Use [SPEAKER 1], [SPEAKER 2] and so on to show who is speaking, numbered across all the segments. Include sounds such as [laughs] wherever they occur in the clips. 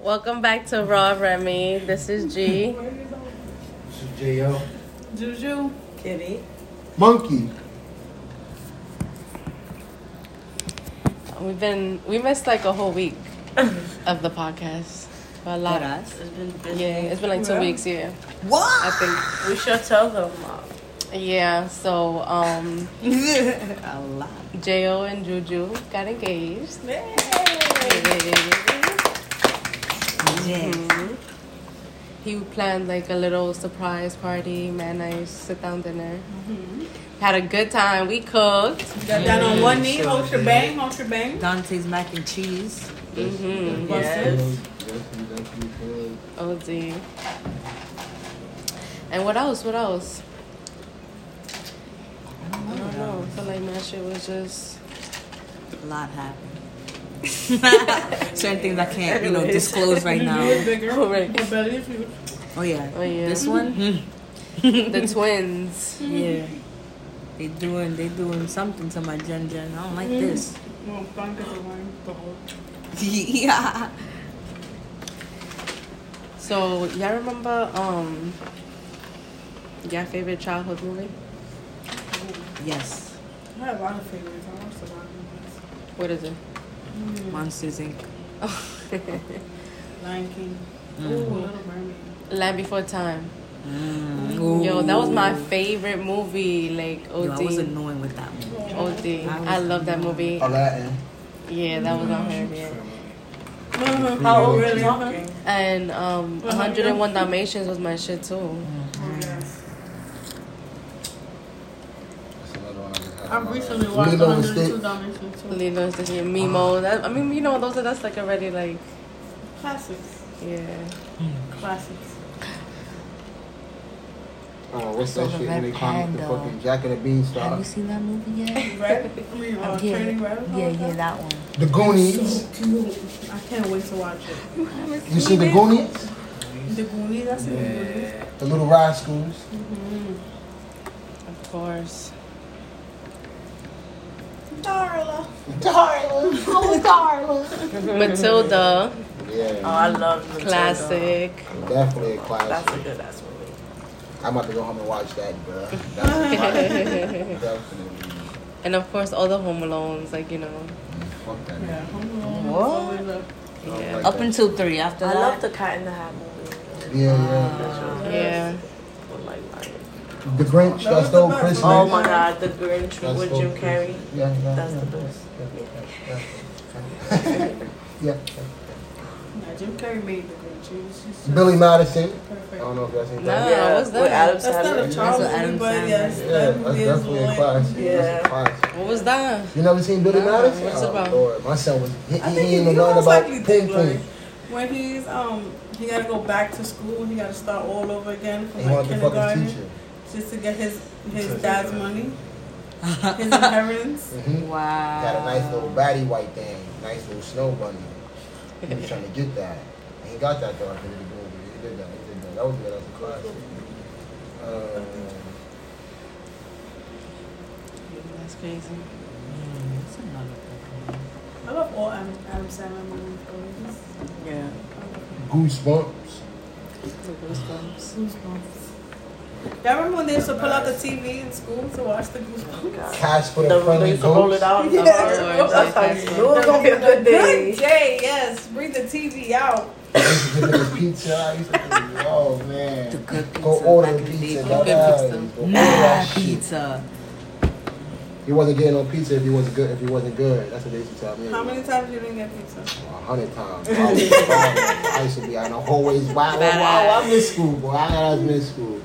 [SPEAKER 1] Welcome back to Raw Remy. This is G.
[SPEAKER 2] This is J.O.
[SPEAKER 3] Juju.
[SPEAKER 4] Kitty.
[SPEAKER 2] Monkey.
[SPEAKER 1] We've been we missed like a whole week of the podcast. A lot.
[SPEAKER 4] Not us.
[SPEAKER 3] It's been busy.
[SPEAKER 1] Yeah, it's been like two
[SPEAKER 4] Yeah.
[SPEAKER 1] weeks. Yeah, I
[SPEAKER 4] uh, What?
[SPEAKER 1] think.
[SPEAKER 3] We should tell them,
[SPEAKER 4] [laughs]
[SPEAKER 3] uh, Mom.
[SPEAKER 1] Yeah. So um,
[SPEAKER 4] a lot.
[SPEAKER 1] Jo and Juju got engaged.
[SPEAKER 4] Yes.
[SPEAKER 1] He planned like a little surprise party, man. Nice sit down dinner. Had a good time. We cooked.
[SPEAKER 3] Got down on one knee, hold shebang, hold shebang.
[SPEAKER 4] Dante's mac and cheese.
[SPEAKER 1] Mm-hmm.
[SPEAKER 3] Yes.
[SPEAKER 1] OD. And what else? What else? I don't know. I feel like my shit was just.
[SPEAKER 4] A lot happened. [laughs] Certain things I can't, you know, disclose right
[SPEAKER 3] [laughs] Juju is
[SPEAKER 1] [laughs]
[SPEAKER 4] now.
[SPEAKER 3] bigger.
[SPEAKER 1] Correct.
[SPEAKER 3] Her belly is huge.
[SPEAKER 4] Oh yeah.
[SPEAKER 1] Oh, yeah.
[SPEAKER 3] Mm-hmm.
[SPEAKER 4] This one?
[SPEAKER 1] The twins.
[SPEAKER 4] [laughs] Yeah. They doing they doing something to my Gen Gen. I don't like
[SPEAKER 3] Mm-hmm.
[SPEAKER 4] this. [laughs]
[SPEAKER 3] Well, thank you for mine. The whole-
[SPEAKER 4] yeah.
[SPEAKER 1] So, y'all remember um, y'all favorite childhood movie?
[SPEAKER 4] Yes.
[SPEAKER 3] I had a lot of favorites. I watched a lot of
[SPEAKER 1] What is it?
[SPEAKER 4] Monsters Inc.
[SPEAKER 3] movies. Lion King. Ooh, Little Mermaid.
[SPEAKER 1] Land Before Time.
[SPEAKER 4] Mm.
[SPEAKER 1] Yo, that was my
[SPEAKER 4] Ooh.
[SPEAKER 1] favorite movie. Like
[SPEAKER 4] Yo, I was
[SPEAKER 1] OD.
[SPEAKER 4] annoying with that one.
[SPEAKER 1] OD.
[SPEAKER 4] I was
[SPEAKER 1] I love that movie.
[SPEAKER 2] Aladdin.
[SPEAKER 1] Yeah, that was on her. Yeah.
[SPEAKER 3] Mm-hmm, How old is Mama?
[SPEAKER 1] And um, 101 Dalmatians was my shit too.
[SPEAKER 3] Oh, yes. I
[SPEAKER 2] I've
[SPEAKER 3] recently watched 102 Dalmatians too.
[SPEAKER 1] Lilo and Stitch, Mimo. That, I mean, you know, those are that's like already like
[SPEAKER 3] Classics.
[SPEAKER 1] yeah.
[SPEAKER 3] Classics.
[SPEAKER 2] Oh, what's that
[SPEAKER 4] Silver
[SPEAKER 2] shit
[SPEAKER 4] Red
[SPEAKER 2] when they call it the
[SPEAKER 4] Panda.
[SPEAKER 2] fucking Jack of the Beanstalk?
[SPEAKER 4] seen that movie yet?
[SPEAKER 3] Red? I mean, uh, Turning Red? or something like that?
[SPEAKER 4] that one.
[SPEAKER 2] The Goonies.
[SPEAKER 3] I can't wait to watch it.
[SPEAKER 2] You see the Goonies?
[SPEAKER 3] The Goonies, that's it.
[SPEAKER 2] The Little Rascals.
[SPEAKER 1] Of course.
[SPEAKER 3] Darla.
[SPEAKER 2] Darling. Oh, darling.
[SPEAKER 1] Matilda,
[SPEAKER 2] Yeah,
[SPEAKER 3] Oh, I love
[SPEAKER 1] classic. [laughs]
[SPEAKER 2] definitely a classic.
[SPEAKER 3] good ass movie.
[SPEAKER 2] I'm about to go home and watch that, bro.
[SPEAKER 3] [laughs]
[SPEAKER 2] Definitely.
[SPEAKER 1] and of course, all the Home Alones, like you know.
[SPEAKER 2] Fuck that.
[SPEAKER 3] Yeah, Home Alone.
[SPEAKER 4] What?
[SPEAKER 3] is
[SPEAKER 2] I
[SPEAKER 3] always a-
[SPEAKER 2] don't
[SPEAKER 1] Yeah.
[SPEAKER 2] like
[SPEAKER 4] Up
[SPEAKER 2] that.
[SPEAKER 4] until three. After
[SPEAKER 5] I
[SPEAKER 4] that,
[SPEAKER 5] love the Cat in the Hat movie.
[SPEAKER 2] Yeah, yeah.
[SPEAKER 1] Yeah.
[SPEAKER 5] With, like, lions.
[SPEAKER 2] The Grinch,
[SPEAKER 3] That
[SPEAKER 2] that's
[SPEAKER 3] was
[SPEAKER 2] the
[SPEAKER 3] the
[SPEAKER 2] old
[SPEAKER 3] best.
[SPEAKER 2] Christmas.
[SPEAKER 5] Oh my God, The Grinch
[SPEAKER 2] That's
[SPEAKER 5] with
[SPEAKER 2] so
[SPEAKER 5] Jim
[SPEAKER 2] cute.
[SPEAKER 5] Carrey.
[SPEAKER 2] Yeah, yeah,
[SPEAKER 5] That's
[SPEAKER 2] yeah,
[SPEAKER 5] the best.
[SPEAKER 2] Yeah. yeah, [laughs] yeah.
[SPEAKER 3] Yeah, Jim Carrey made the Grinch. He was just-
[SPEAKER 2] Yeah. Billy Madison. I
[SPEAKER 3] Perfect.
[SPEAKER 2] don't know if that's anything.
[SPEAKER 1] Nah.
[SPEAKER 5] yeah,
[SPEAKER 1] what's that?
[SPEAKER 5] With Adam
[SPEAKER 3] That's not a
[SPEAKER 5] Sandler.
[SPEAKER 3] child
[SPEAKER 4] what
[SPEAKER 3] movie,
[SPEAKER 4] Adam
[SPEAKER 3] but
[SPEAKER 4] Sandler
[SPEAKER 3] yes,
[SPEAKER 2] Yeah,
[SPEAKER 3] that
[SPEAKER 2] that's
[SPEAKER 3] movie is
[SPEAKER 2] definitely a
[SPEAKER 3] one.
[SPEAKER 2] classic. That's
[SPEAKER 5] Yeah.
[SPEAKER 2] a classic.
[SPEAKER 1] What was that?
[SPEAKER 2] You never seen Billy
[SPEAKER 1] Nah,
[SPEAKER 2] Madison?
[SPEAKER 1] what's it
[SPEAKER 2] oh,
[SPEAKER 1] about?
[SPEAKER 2] Lord, my son was. He,
[SPEAKER 3] I
[SPEAKER 2] he, he
[SPEAKER 3] think he
[SPEAKER 2] ain't
[SPEAKER 3] most
[SPEAKER 2] learn about
[SPEAKER 3] likely
[SPEAKER 2] ping
[SPEAKER 3] did, like,
[SPEAKER 2] pong.
[SPEAKER 3] when he's, um, he gotta go back to school, he gotta start all over again from
[SPEAKER 2] He
[SPEAKER 3] like
[SPEAKER 2] wanted to fuck his
[SPEAKER 3] kindergarten
[SPEAKER 2] teacher.
[SPEAKER 3] just to get his, his dad's [laughs] money, his inheritance.
[SPEAKER 2] Mm-hmm.
[SPEAKER 4] wow.
[SPEAKER 2] Got a nice little batty white thing, nice little snow bunny. He was trying to get that. And he got that though after the movie. He did that. He did that. That was good. That was a classic. Um,
[SPEAKER 1] That's crazy.
[SPEAKER 4] That's another good
[SPEAKER 3] I love all Adam, Adam Sandler movies. though.
[SPEAKER 5] Yeah.
[SPEAKER 2] Goosebumps.
[SPEAKER 1] The goosebumps.
[SPEAKER 3] Goosebumps. Y'all remember when they used to pull out the TV in school to watch the Goosebumps? [laughs]
[SPEAKER 2] Cash for the,
[SPEAKER 5] The, they
[SPEAKER 2] friendly
[SPEAKER 5] used to roll it
[SPEAKER 2] ghost.
[SPEAKER 5] out.
[SPEAKER 3] Yeah. [laughs]
[SPEAKER 1] Of course,
[SPEAKER 5] That's how
[SPEAKER 1] yes,
[SPEAKER 5] you
[SPEAKER 1] yes.
[SPEAKER 5] knew it was gonna be a
[SPEAKER 3] Good
[SPEAKER 5] good day.
[SPEAKER 3] day, yes. Bring the TV out.
[SPEAKER 2] I used to give him his pizza. I used to think, oh man.
[SPEAKER 4] The good pizza.
[SPEAKER 2] Go order the
[SPEAKER 4] back in the
[SPEAKER 2] pizza.
[SPEAKER 4] day.
[SPEAKER 2] da,
[SPEAKER 1] good
[SPEAKER 2] da,
[SPEAKER 1] pizza.
[SPEAKER 2] and go order
[SPEAKER 4] Nah,
[SPEAKER 2] that shit.
[SPEAKER 4] pizza.
[SPEAKER 2] He wasn't getting no pizza if he wasn't good. If he wasn't good, that's what they used to tell me.
[SPEAKER 3] How many times you didn't get pizza?
[SPEAKER 2] A hundred times. I was wild. I used to be out in the hallways. Wow, wow, wow. I miss school, boy. I I miss school.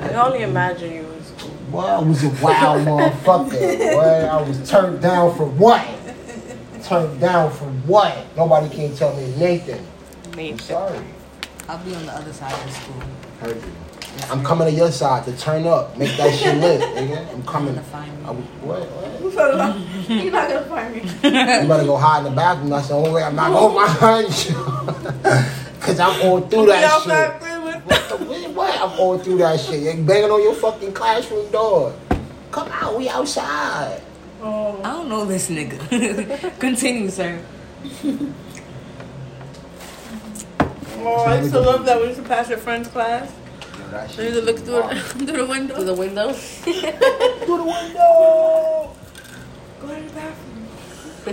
[SPEAKER 5] I can only imagine you in school.
[SPEAKER 2] Boy, I was a wild motherfucker. Boy, I was turned down for what? Turned down for what? Nobody can tell me Nathan. I'm
[SPEAKER 1] Nate.
[SPEAKER 2] sorry.
[SPEAKER 4] I'll be on the other side of the school.
[SPEAKER 2] Heard you. I'm coming to your side to turn up, make that shit lit, nigga. I'm coming.
[SPEAKER 4] Gonna find me.
[SPEAKER 2] I was, what,
[SPEAKER 3] [laughs]
[SPEAKER 2] what?
[SPEAKER 3] You're not gonna find me.
[SPEAKER 2] You better go hide in the bathroom. That's the only way I'm not going behind you. [laughs] Cause I'm all through that shit. What [laughs] the what? what? I'm all through that shit. You're banging on your fucking classroom door. Come out, we outside.
[SPEAKER 3] Oh,
[SPEAKER 4] [laughs] I don't know this nigga. Continue, sir.
[SPEAKER 3] Oh, I used to love that. We used to pass your friend's class.
[SPEAKER 2] Yo, that
[SPEAKER 4] So you
[SPEAKER 2] shit
[SPEAKER 4] can look
[SPEAKER 2] was
[SPEAKER 4] through,
[SPEAKER 2] wild.
[SPEAKER 4] [laughs] through the
[SPEAKER 1] Through
[SPEAKER 4] window.
[SPEAKER 1] the window.
[SPEAKER 3] Go to the window. Go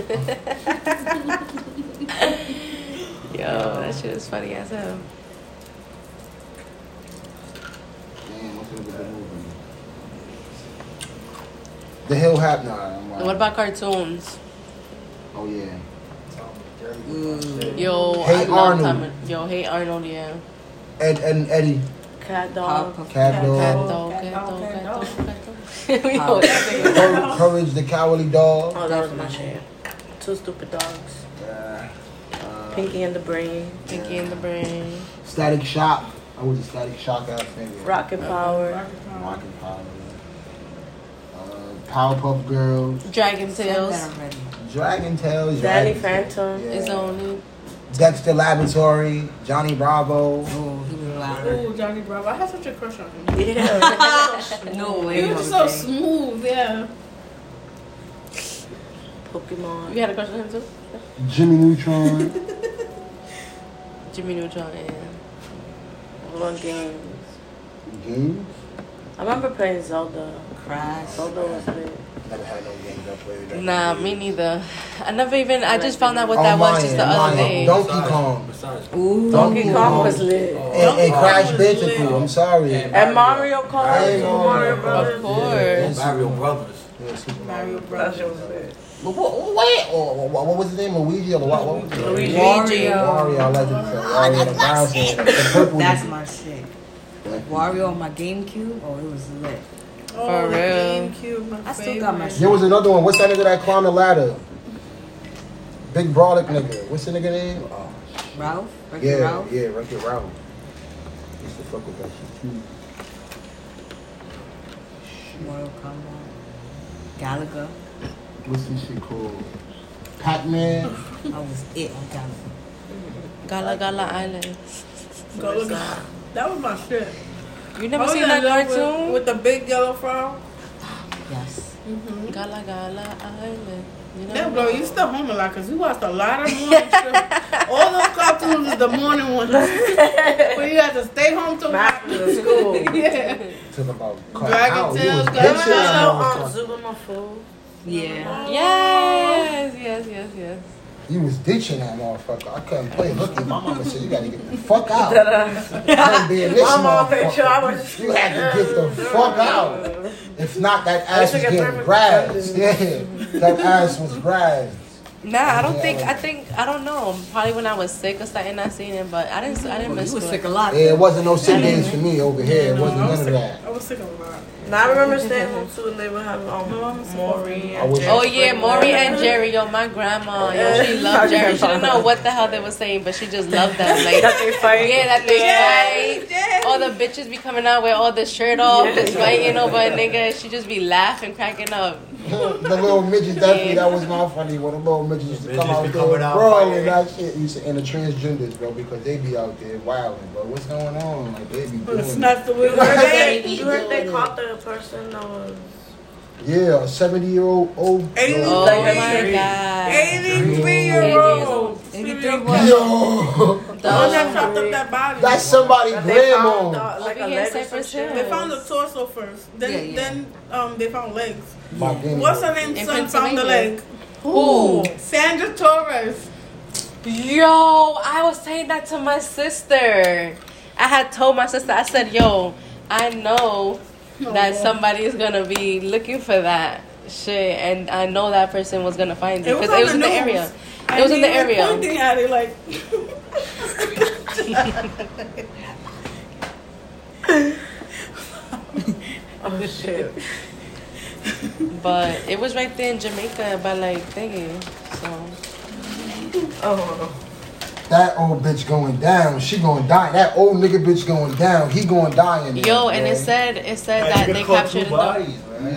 [SPEAKER 3] to the [laughs] bathroom.
[SPEAKER 1] Yo, that shit is funny as hell.
[SPEAKER 2] Damn, what's up with the movie? The Hill Hap. Nah, I'm
[SPEAKER 1] And what about cartoons?
[SPEAKER 2] Oh yeah.
[SPEAKER 1] Yo,
[SPEAKER 2] Hey
[SPEAKER 1] I love
[SPEAKER 2] Arnold.
[SPEAKER 1] time. Yo, hey Arnold, yeah.
[SPEAKER 2] Ed, Ed and Eddie.
[SPEAKER 5] Cat dog.
[SPEAKER 4] Pop-
[SPEAKER 2] Cat
[SPEAKER 1] Cat
[SPEAKER 2] Dog.
[SPEAKER 1] dog,
[SPEAKER 3] Cat
[SPEAKER 1] cat
[SPEAKER 3] dog,
[SPEAKER 1] dog,
[SPEAKER 3] cat
[SPEAKER 1] cat
[SPEAKER 3] dog.
[SPEAKER 1] dog, cat dog. We know that thing.
[SPEAKER 2] Cour- Courage the Cowardly Dog.
[SPEAKER 5] Oh, that was my shit. Two stupid dogs.
[SPEAKER 2] Yeah. Uh,
[SPEAKER 5] Pinky and the Brain.
[SPEAKER 1] Pinky in the brain.
[SPEAKER 2] Static Shock. I was a Static Shock ass nigga.
[SPEAKER 5] Rocket Power.
[SPEAKER 2] Rockin' Power. Uh, Powerpuff Girls.
[SPEAKER 1] Dragon Tales
[SPEAKER 4] Something already.
[SPEAKER 2] Dragon Tales.
[SPEAKER 5] Danny
[SPEAKER 2] Dragon-
[SPEAKER 5] Phantom.
[SPEAKER 2] Yeah.
[SPEAKER 1] is the
[SPEAKER 5] [laughs]
[SPEAKER 1] only.
[SPEAKER 2] Dexter Laboratory. Johnny Bravo.
[SPEAKER 4] Oh, he was loud.
[SPEAKER 3] Ooh, Johnny Bravo. I had such a crush on him.
[SPEAKER 4] No
[SPEAKER 3] He
[SPEAKER 4] way.
[SPEAKER 3] was just so smooth, yeah.
[SPEAKER 5] Pokemon.
[SPEAKER 1] You had a crush on him too?
[SPEAKER 2] Jimmy Neutron.
[SPEAKER 1] Jimmy Neutron and
[SPEAKER 5] One games.
[SPEAKER 2] games?
[SPEAKER 5] I remember playing Zelda.
[SPEAKER 4] Crash.
[SPEAKER 5] Zelda was big.
[SPEAKER 2] Never had no games I played. that
[SPEAKER 1] Nah,
[SPEAKER 2] good.
[SPEAKER 1] me neither. I never even. I just found out what
[SPEAKER 2] Oh,
[SPEAKER 1] that was
[SPEAKER 2] mine,
[SPEAKER 1] just the other
[SPEAKER 2] mine.
[SPEAKER 1] day.
[SPEAKER 2] Don't- Donkey Kong.
[SPEAKER 6] Besides,
[SPEAKER 4] Ooh.
[SPEAKER 5] Donkey Kong was lit.
[SPEAKER 2] And, and Crash
[SPEAKER 3] Donkey Kong was
[SPEAKER 2] Bandicoot.
[SPEAKER 6] lit.
[SPEAKER 2] I'm sorry.
[SPEAKER 6] Yeah.
[SPEAKER 5] And Mario Kart.
[SPEAKER 2] Hey,
[SPEAKER 5] Super
[SPEAKER 2] Mario
[SPEAKER 5] Mario
[SPEAKER 2] Kart.
[SPEAKER 1] Of
[SPEAKER 5] Brothers.
[SPEAKER 1] course.
[SPEAKER 6] Mario Brothers.
[SPEAKER 2] Yeah, Super
[SPEAKER 3] Mario
[SPEAKER 2] Mario.
[SPEAKER 5] That shit
[SPEAKER 3] Brothers.
[SPEAKER 5] was lit.
[SPEAKER 2] But what, what, or what, what was his name? Luigi or what? what was his name?
[SPEAKER 5] Luigi.
[SPEAKER 4] Wario.
[SPEAKER 2] Wario, I like to say. Wario the mouse and the purple.
[SPEAKER 4] That's my shit. Wario on my GameCube. Oh, it was lit.
[SPEAKER 3] Oh,
[SPEAKER 1] For real.
[SPEAKER 3] GameCube, my
[SPEAKER 4] I still got my
[SPEAKER 3] favorite.
[SPEAKER 4] shit.
[SPEAKER 2] There was another one. What's that nigga that climbed the ladder? Big brolic nigga. What's the nigga name? Oh,
[SPEAKER 4] Ralph. Ricky
[SPEAKER 2] yeah,
[SPEAKER 4] Ralph.
[SPEAKER 2] yeah, Wreck It Ralph. Used to fuck with that shit too.
[SPEAKER 4] Mortal Kombat. Galaga.
[SPEAKER 2] What's this shit called? Pac-Man.
[SPEAKER 4] I was it on Galaga.
[SPEAKER 1] Gala Gala Island.
[SPEAKER 3] Go look at- That was my shit.
[SPEAKER 1] You never
[SPEAKER 3] I was
[SPEAKER 1] seen
[SPEAKER 3] in
[SPEAKER 1] that
[SPEAKER 3] love with-
[SPEAKER 1] cartoon?
[SPEAKER 3] With, the big yellow frown?
[SPEAKER 4] Yes.
[SPEAKER 1] Gala Gala Island. You know?
[SPEAKER 3] Yeah, bro, you still home a lot because we watched a lot of morning shows. All those cartoons is the morning ones. [laughs] Where you had to stay home till
[SPEAKER 5] Back to school.
[SPEAKER 3] Yeah.
[SPEAKER 2] Talking about
[SPEAKER 3] Dragon
[SPEAKER 2] out.
[SPEAKER 3] Tales, Dragon
[SPEAKER 5] Hello,
[SPEAKER 2] He
[SPEAKER 5] I'm zooming my food.
[SPEAKER 4] Yeah.
[SPEAKER 1] Yes, yes, yes, yes.
[SPEAKER 2] You was ditching that motherfucker. I couldn't play. uh, Look at my mama said you gotta get the fuck [laughs] out. Couldn't be in this
[SPEAKER 5] My mom made sure I
[SPEAKER 2] motherfucker.
[SPEAKER 5] was-
[SPEAKER 2] You had to get [laughs] the fuck out. If not, that ass was
[SPEAKER 5] took a
[SPEAKER 2] getting
[SPEAKER 5] perfect
[SPEAKER 2] [laughs] grabbed. Yeah, that ass was grabbed.
[SPEAKER 1] Nah, I don't think. I think I don't know. Probably when I was sick or something, I seen it, but I didn't. I didn't
[SPEAKER 4] Well,
[SPEAKER 1] miss
[SPEAKER 4] Oh, you was
[SPEAKER 1] it.
[SPEAKER 4] sick a lot.
[SPEAKER 2] Yeah, it wasn't no sick days for me over here. It wasn't
[SPEAKER 3] I
[SPEAKER 2] none
[SPEAKER 3] was
[SPEAKER 2] of
[SPEAKER 3] sick.
[SPEAKER 2] that.
[SPEAKER 3] I was sick a lot.
[SPEAKER 5] Now I remember staying home too, and they would have um, Maury
[SPEAKER 2] I
[SPEAKER 5] and
[SPEAKER 2] was-
[SPEAKER 5] Jerry.
[SPEAKER 1] Oh yeah, Maury and Jerry. Yo, my grandma. Yo, she
[SPEAKER 5] [laughs]
[SPEAKER 1] loved Jerry. She didn't know what the hell they were saying, but she just loved them. Like
[SPEAKER 5] That they fight.
[SPEAKER 1] yeah, that they fight. All the bitches be coming out with all the shirt off, just fighting over a nigga. She just be laughing, cracking up.
[SPEAKER 2] the little midget, definitely, that was my funny one. The little midgets used to
[SPEAKER 6] Midgets
[SPEAKER 2] come out
[SPEAKER 6] be
[SPEAKER 2] there,
[SPEAKER 6] coming out
[SPEAKER 2] bro,
[SPEAKER 6] fighting.
[SPEAKER 2] and that shit. Used to, and the transgenders, bro, because they be out there wilding, bro. What's going on? Like, they be
[SPEAKER 3] I'm gonna
[SPEAKER 2] doing it.
[SPEAKER 3] snatch the
[SPEAKER 5] [laughs]
[SPEAKER 3] wheel.
[SPEAKER 5] You heard they,
[SPEAKER 2] Baby.
[SPEAKER 5] you heard they caught the person that was
[SPEAKER 2] Yeah, a 70 year old old.
[SPEAKER 3] Eighty-
[SPEAKER 1] Oh
[SPEAKER 5] Like
[SPEAKER 2] Yo.
[SPEAKER 5] that
[SPEAKER 1] my
[SPEAKER 5] tree.
[SPEAKER 1] god.
[SPEAKER 3] 83 year old.
[SPEAKER 4] 83
[SPEAKER 3] Serial-
[SPEAKER 4] was.
[SPEAKER 2] Yo.
[SPEAKER 3] The one that
[SPEAKER 1] Dog.
[SPEAKER 3] chopped up that body.
[SPEAKER 2] That's somebody
[SPEAKER 5] that they found
[SPEAKER 2] grandma.
[SPEAKER 5] uh, like
[SPEAKER 1] Over
[SPEAKER 5] a
[SPEAKER 1] here in
[SPEAKER 5] leg or some
[SPEAKER 1] Cypress
[SPEAKER 5] shit.
[SPEAKER 1] Hill.
[SPEAKER 3] they found the torso first. Then,
[SPEAKER 4] Yeah, yeah.
[SPEAKER 3] then um, they found legs.
[SPEAKER 2] My grandma.
[SPEAKER 3] What's her name?
[SPEAKER 1] In
[SPEAKER 3] Son found the leg.
[SPEAKER 1] Pennsylvania. Who?
[SPEAKER 3] Sandra Torres.
[SPEAKER 1] Yo, I was saying that to my sister. I had told my sister, I said, yo, I know
[SPEAKER 3] Oh,
[SPEAKER 1] that somebody is gonna be looking for that shit, and I know that person was gonna find it
[SPEAKER 3] It was
[SPEAKER 1] because
[SPEAKER 3] on
[SPEAKER 1] it was
[SPEAKER 3] the
[SPEAKER 1] in the
[SPEAKER 3] news.
[SPEAKER 1] area.
[SPEAKER 3] And
[SPEAKER 1] It was in
[SPEAKER 3] he
[SPEAKER 1] the area.
[SPEAKER 3] Pointing at it like.
[SPEAKER 5] Oh shit.
[SPEAKER 1] But it was right there in Jamaica by like thingy. So
[SPEAKER 5] Oh.
[SPEAKER 2] That old bitch going down. She going dying. That old nigga bitch going down. He going dying.
[SPEAKER 1] yo, and
[SPEAKER 2] man.
[SPEAKER 1] it said it said that they captured the
[SPEAKER 2] Yeah.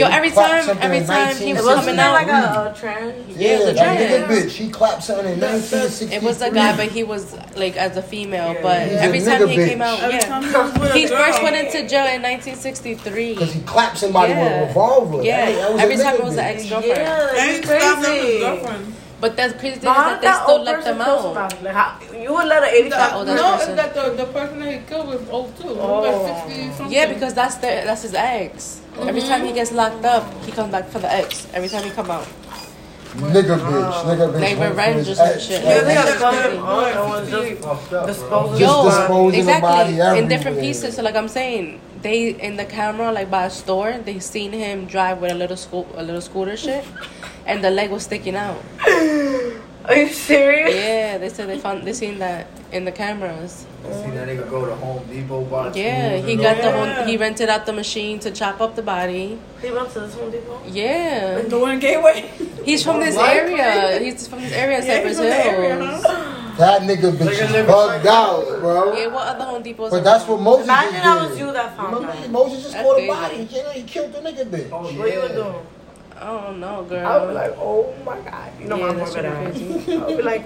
[SPEAKER 1] Yo,
[SPEAKER 2] he
[SPEAKER 1] every
[SPEAKER 2] clapped
[SPEAKER 1] time-
[SPEAKER 2] something
[SPEAKER 1] every
[SPEAKER 2] in
[SPEAKER 1] time he was
[SPEAKER 2] 1960.
[SPEAKER 1] coming out-
[SPEAKER 5] like a, a trend.
[SPEAKER 1] Yeah, it
[SPEAKER 2] Yeah,
[SPEAKER 1] was a
[SPEAKER 2] that nigga
[SPEAKER 1] giant.
[SPEAKER 2] bitch. He clapped something in
[SPEAKER 3] That's- that's-
[SPEAKER 2] 1963.
[SPEAKER 1] it was a guy, but he was like as a female. But
[SPEAKER 2] He's a
[SPEAKER 1] every time
[SPEAKER 2] nigga
[SPEAKER 1] he
[SPEAKER 2] bitch.
[SPEAKER 1] came out,
[SPEAKER 3] Every
[SPEAKER 1] yeah,
[SPEAKER 3] time he was with a
[SPEAKER 1] he first
[SPEAKER 3] girl.
[SPEAKER 1] went into jail in 1963.
[SPEAKER 2] Because he clapped somebody with
[SPEAKER 1] Yeah.
[SPEAKER 2] a revolver.
[SPEAKER 1] Yeah,
[SPEAKER 2] That- that was a
[SPEAKER 1] every time
[SPEAKER 2] nigga
[SPEAKER 1] it was an
[SPEAKER 2] bitch.
[SPEAKER 1] ex girlfriend.
[SPEAKER 3] They ain't stopped him with his girlfriend.
[SPEAKER 1] But But that's crazy thing is
[SPEAKER 5] But how
[SPEAKER 1] that
[SPEAKER 5] did
[SPEAKER 1] they
[SPEAKER 5] that
[SPEAKER 1] still
[SPEAKER 5] old
[SPEAKER 1] let them
[SPEAKER 5] person feel so
[SPEAKER 1] out.
[SPEAKER 5] bad? Like, how, you would let an 85
[SPEAKER 1] old
[SPEAKER 3] no,
[SPEAKER 1] ass
[SPEAKER 3] it's
[SPEAKER 1] person.
[SPEAKER 3] that the, the person that he killed was old too. He was
[SPEAKER 5] Oh.
[SPEAKER 3] 60 something.
[SPEAKER 1] Yeah, because that's their that's his ex. Every time he gets locked up, he comes back for the ex. Every time he come out,
[SPEAKER 2] Nigga bitch, nigga bitch.
[SPEAKER 1] They
[SPEAKER 2] went for
[SPEAKER 1] revenge
[SPEAKER 2] his
[SPEAKER 1] or some
[SPEAKER 2] ex.
[SPEAKER 1] shit.
[SPEAKER 5] Yeah,
[SPEAKER 1] Yeah,
[SPEAKER 5] they got
[SPEAKER 1] that's
[SPEAKER 5] them
[SPEAKER 1] crazy.
[SPEAKER 5] on and was just disposed
[SPEAKER 2] Just
[SPEAKER 1] yo,
[SPEAKER 2] disposing the body
[SPEAKER 1] exactly in different
[SPEAKER 2] everywhere.
[SPEAKER 1] pieces. So like I'm saying, they in the camera like by a store, they seen him drive with a little sco- a little scooter shit, and the leg was sticking out.
[SPEAKER 5] Are you serious?
[SPEAKER 1] Yeah, they said they found they seen that in the cameras.
[SPEAKER 6] See that nigga go to Home Depot, buy
[SPEAKER 1] Yeah,
[SPEAKER 6] tools
[SPEAKER 1] he
[SPEAKER 6] and
[SPEAKER 1] got
[SPEAKER 6] all
[SPEAKER 1] the
[SPEAKER 6] that.
[SPEAKER 1] whole, he rented out the machine to chop up the body.
[SPEAKER 5] He went to this Home Depot.
[SPEAKER 1] Yeah,
[SPEAKER 5] The one gateway.
[SPEAKER 1] he's from this area. He's from this area, Cypress
[SPEAKER 3] he's from the area,
[SPEAKER 1] Hills.
[SPEAKER 2] That nigga bitch
[SPEAKER 6] Nigga
[SPEAKER 2] is
[SPEAKER 6] live
[SPEAKER 2] bugged
[SPEAKER 6] like-
[SPEAKER 2] out,
[SPEAKER 1] Yeah,
[SPEAKER 2] bro.
[SPEAKER 1] what other Home Depots?
[SPEAKER 2] But that's what Moses
[SPEAKER 5] Imagine
[SPEAKER 2] just
[SPEAKER 5] that was
[SPEAKER 2] did.
[SPEAKER 5] you that found
[SPEAKER 2] Remember,
[SPEAKER 5] out.
[SPEAKER 2] Moses just
[SPEAKER 1] That's
[SPEAKER 2] caught a
[SPEAKER 1] crazy.
[SPEAKER 2] body. You know, he killed the nigga bitch.
[SPEAKER 6] Oh,
[SPEAKER 5] What you
[SPEAKER 6] yeah.
[SPEAKER 5] would do?
[SPEAKER 1] I don't know, girl.
[SPEAKER 5] I would be like, oh my god. You know
[SPEAKER 1] Yeah,
[SPEAKER 5] my
[SPEAKER 1] that's
[SPEAKER 5] mother
[SPEAKER 1] super
[SPEAKER 5] died.
[SPEAKER 1] crazy.
[SPEAKER 5] I would be like,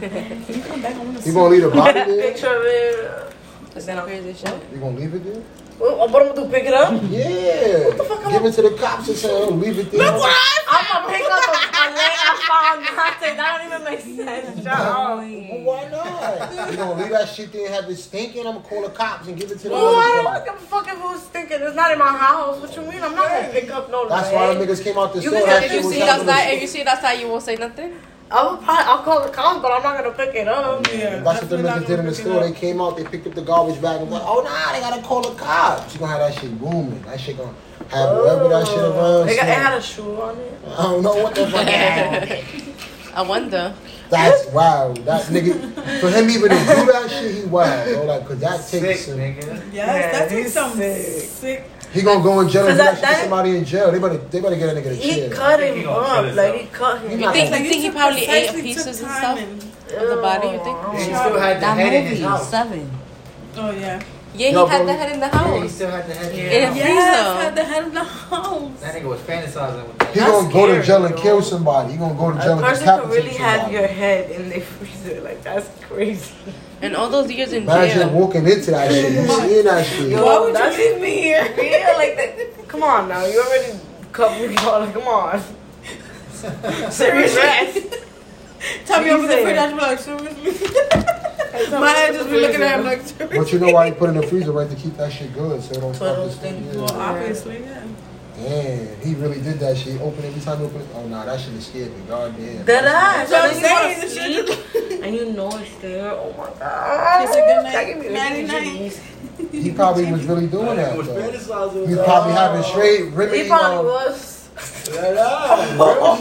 [SPEAKER 2] You gonna leave the body there?
[SPEAKER 5] picture of it.
[SPEAKER 1] [laughs] That's some crazy shit.
[SPEAKER 2] You gonna leave it there?
[SPEAKER 5] Well, What I'm gonna do, pick it up?
[SPEAKER 2] Yeah. Give it to the cops and say, oh, leave it there.
[SPEAKER 5] I'm gonna pick up a, a leg I found nothing. That don't even make sense. Shut up.
[SPEAKER 2] Well, why not? you gonna leave that shit there and have it stinking? I'm gonna call the cops and give it to the
[SPEAKER 5] Well, I
[SPEAKER 2] motherfucker.
[SPEAKER 5] don't give a fuck if who's thinking. It's not in my house. What you mean? I'm not gonna pick up no
[SPEAKER 2] That's
[SPEAKER 5] leg.
[SPEAKER 2] why the niggas came out the
[SPEAKER 5] You
[SPEAKER 2] store.
[SPEAKER 5] can-
[SPEAKER 2] that
[SPEAKER 1] If
[SPEAKER 2] shit
[SPEAKER 1] you
[SPEAKER 2] was
[SPEAKER 1] see it
[SPEAKER 2] happening.
[SPEAKER 1] outside, if you see it outside, you won't say nothing.
[SPEAKER 5] I will probably, I'll call the cops, but I'm not gonna pick it up.
[SPEAKER 3] Yeah,
[SPEAKER 2] That's what the
[SPEAKER 3] definitely not
[SPEAKER 2] niggas did in the
[SPEAKER 3] gonna pick it
[SPEAKER 2] store.
[SPEAKER 3] up.
[SPEAKER 2] They came out, they picked up the garbage bag and went, oh nah, they gotta call the cops. You gonna have that shit booming. That shit gonna have whoever that shit around.
[SPEAKER 5] They got, it had
[SPEAKER 2] smell.
[SPEAKER 5] a shoe on it.
[SPEAKER 2] I don't know what the fuck happened.
[SPEAKER 1] I wonder.
[SPEAKER 2] That's wild. That nigga, for him even to do that shit, he wild, bro. Like, cause that takes
[SPEAKER 6] Sick,
[SPEAKER 2] some.
[SPEAKER 6] nigga.
[SPEAKER 4] Yes,
[SPEAKER 5] Yeah,
[SPEAKER 4] that
[SPEAKER 5] he's
[SPEAKER 4] takes some
[SPEAKER 5] sick.
[SPEAKER 4] sick.
[SPEAKER 2] He gonna go in jail and
[SPEAKER 5] Cause
[SPEAKER 2] do that
[SPEAKER 5] that-
[SPEAKER 2] shit to
[SPEAKER 5] that-
[SPEAKER 2] somebody in jail. They better, they better get a nigga to
[SPEAKER 5] He
[SPEAKER 2] jail.
[SPEAKER 5] cut
[SPEAKER 6] He gonna
[SPEAKER 5] him
[SPEAKER 6] kill
[SPEAKER 5] up. Like, he
[SPEAKER 6] himself.
[SPEAKER 5] cut him.
[SPEAKER 1] You think,
[SPEAKER 3] Like,
[SPEAKER 1] you think he
[SPEAKER 3] took
[SPEAKER 1] probably ate
[SPEAKER 3] precisely took
[SPEAKER 1] pieces and
[SPEAKER 3] time
[SPEAKER 1] stuff of the body? You
[SPEAKER 6] And
[SPEAKER 1] think?
[SPEAKER 6] he still had the
[SPEAKER 4] That
[SPEAKER 6] head in his
[SPEAKER 4] movie,
[SPEAKER 6] house.
[SPEAKER 4] Seven.
[SPEAKER 3] oh yeah.
[SPEAKER 1] Yeah, he
[SPEAKER 2] No,
[SPEAKER 1] had
[SPEAKER 2] but-
[SPEAKER 1] the head in the
[SPEAKER 6] Yeah, he
[SPEAKER 1] house.
[SPEAKER 6] still had the head in his
[SPEAKER 1] Yeah.
[SPEAKER 6] house.
[SPEAKER 1] Yes,
[SPEAKER 4] had the head of the house.
[SPEAKER 6] That nigga was fantasizing with
[SPEAKER 2] He
[SPEAKER 6] that.
[SPEAKER 2] gonna go to
[SPEAKER 5] scary,
[SPEAKER 2] jail and
[SPEAKER 5] yo.
[SPEAKER 2] kill somebody. He gonna go to
[SPEAKER 5] A
[SPEAKER 2] jail and
[SPEAKER 5] person could really
[SPEAKER 2] decapitate
[SPEAKER 5] have
[SPEAKER 2] somebody.
[SPEAKER 5] your head in the freezer. Like, that's crazy.
[SPEAKER 1] And all those years in
[SPEAKER 2] Imagine
[SPEAKER 1] jail.
[SPEAKER 2] walking into that shit.
[SPEAKER 5] [laughs]
[SPEAKER 2] You seeing that shit.
[SPEAKER 5] Why would you leave me here? [laughs] Yeah, like that. Come on now. You already cut me off. Come on. [laughs] Seriously.
[SPEAKER 3] Tell me
[SPEAKER 5] You
[SPEAKER 3] over the
[SPEAKER 5] say
[SPEAKER 3] fridge,
[SPEAKER 5] it.
[SPEAKER 3] I'd be like, seriously? My head just be looking at him like, seriously?
[SPEAKER 2] But you know why you put it in the freezer, right? To keep that shit good, so it don't stop this thing.
[SPEAKER 3] Well,
[SPEAKER 2] Yeah.
[SPEAKER 3] obviously, yeah.
[SPEAKER 2] Damn, he really did that shit. Open every time he opened. Oh nah, that shit is scared me. God damn.
[SPEAKER 5] Dead ass.
[SPEAKER 3] So I'm
[SPEAKER 5] And then you wanna
[SPEAKER 3] saying, this shit
[SPEAKER 5] sleep,
[SPEAKER 3] just-
[SPEAKER 5] [laughs] and you know it's there. Oh my god.
[SPEAKER 3] Kiss her goodnight.
[SPEAKER 5] That give me the
[SPEAKER 3] Nighty night.
[SPEAKER 5] heebie-jeebies.
[SPEAKER 2] He probably was really doing
[SPEAKER 6] That nigga
[SPEAKER 2] that.
[SPEAKER 6] was
[SPEAKER 2] Though.
[SPEAKER 6] fantasizing
[SPEAKER 2] He
[SPEAKER 6] with
[SPEAKER 2] probably having straight remedy.
[SPEAKER 5] He probably
[SPEAKER 2] um,
[SPEAKER 5] was.
[SPEAKER 6] That ass, bro.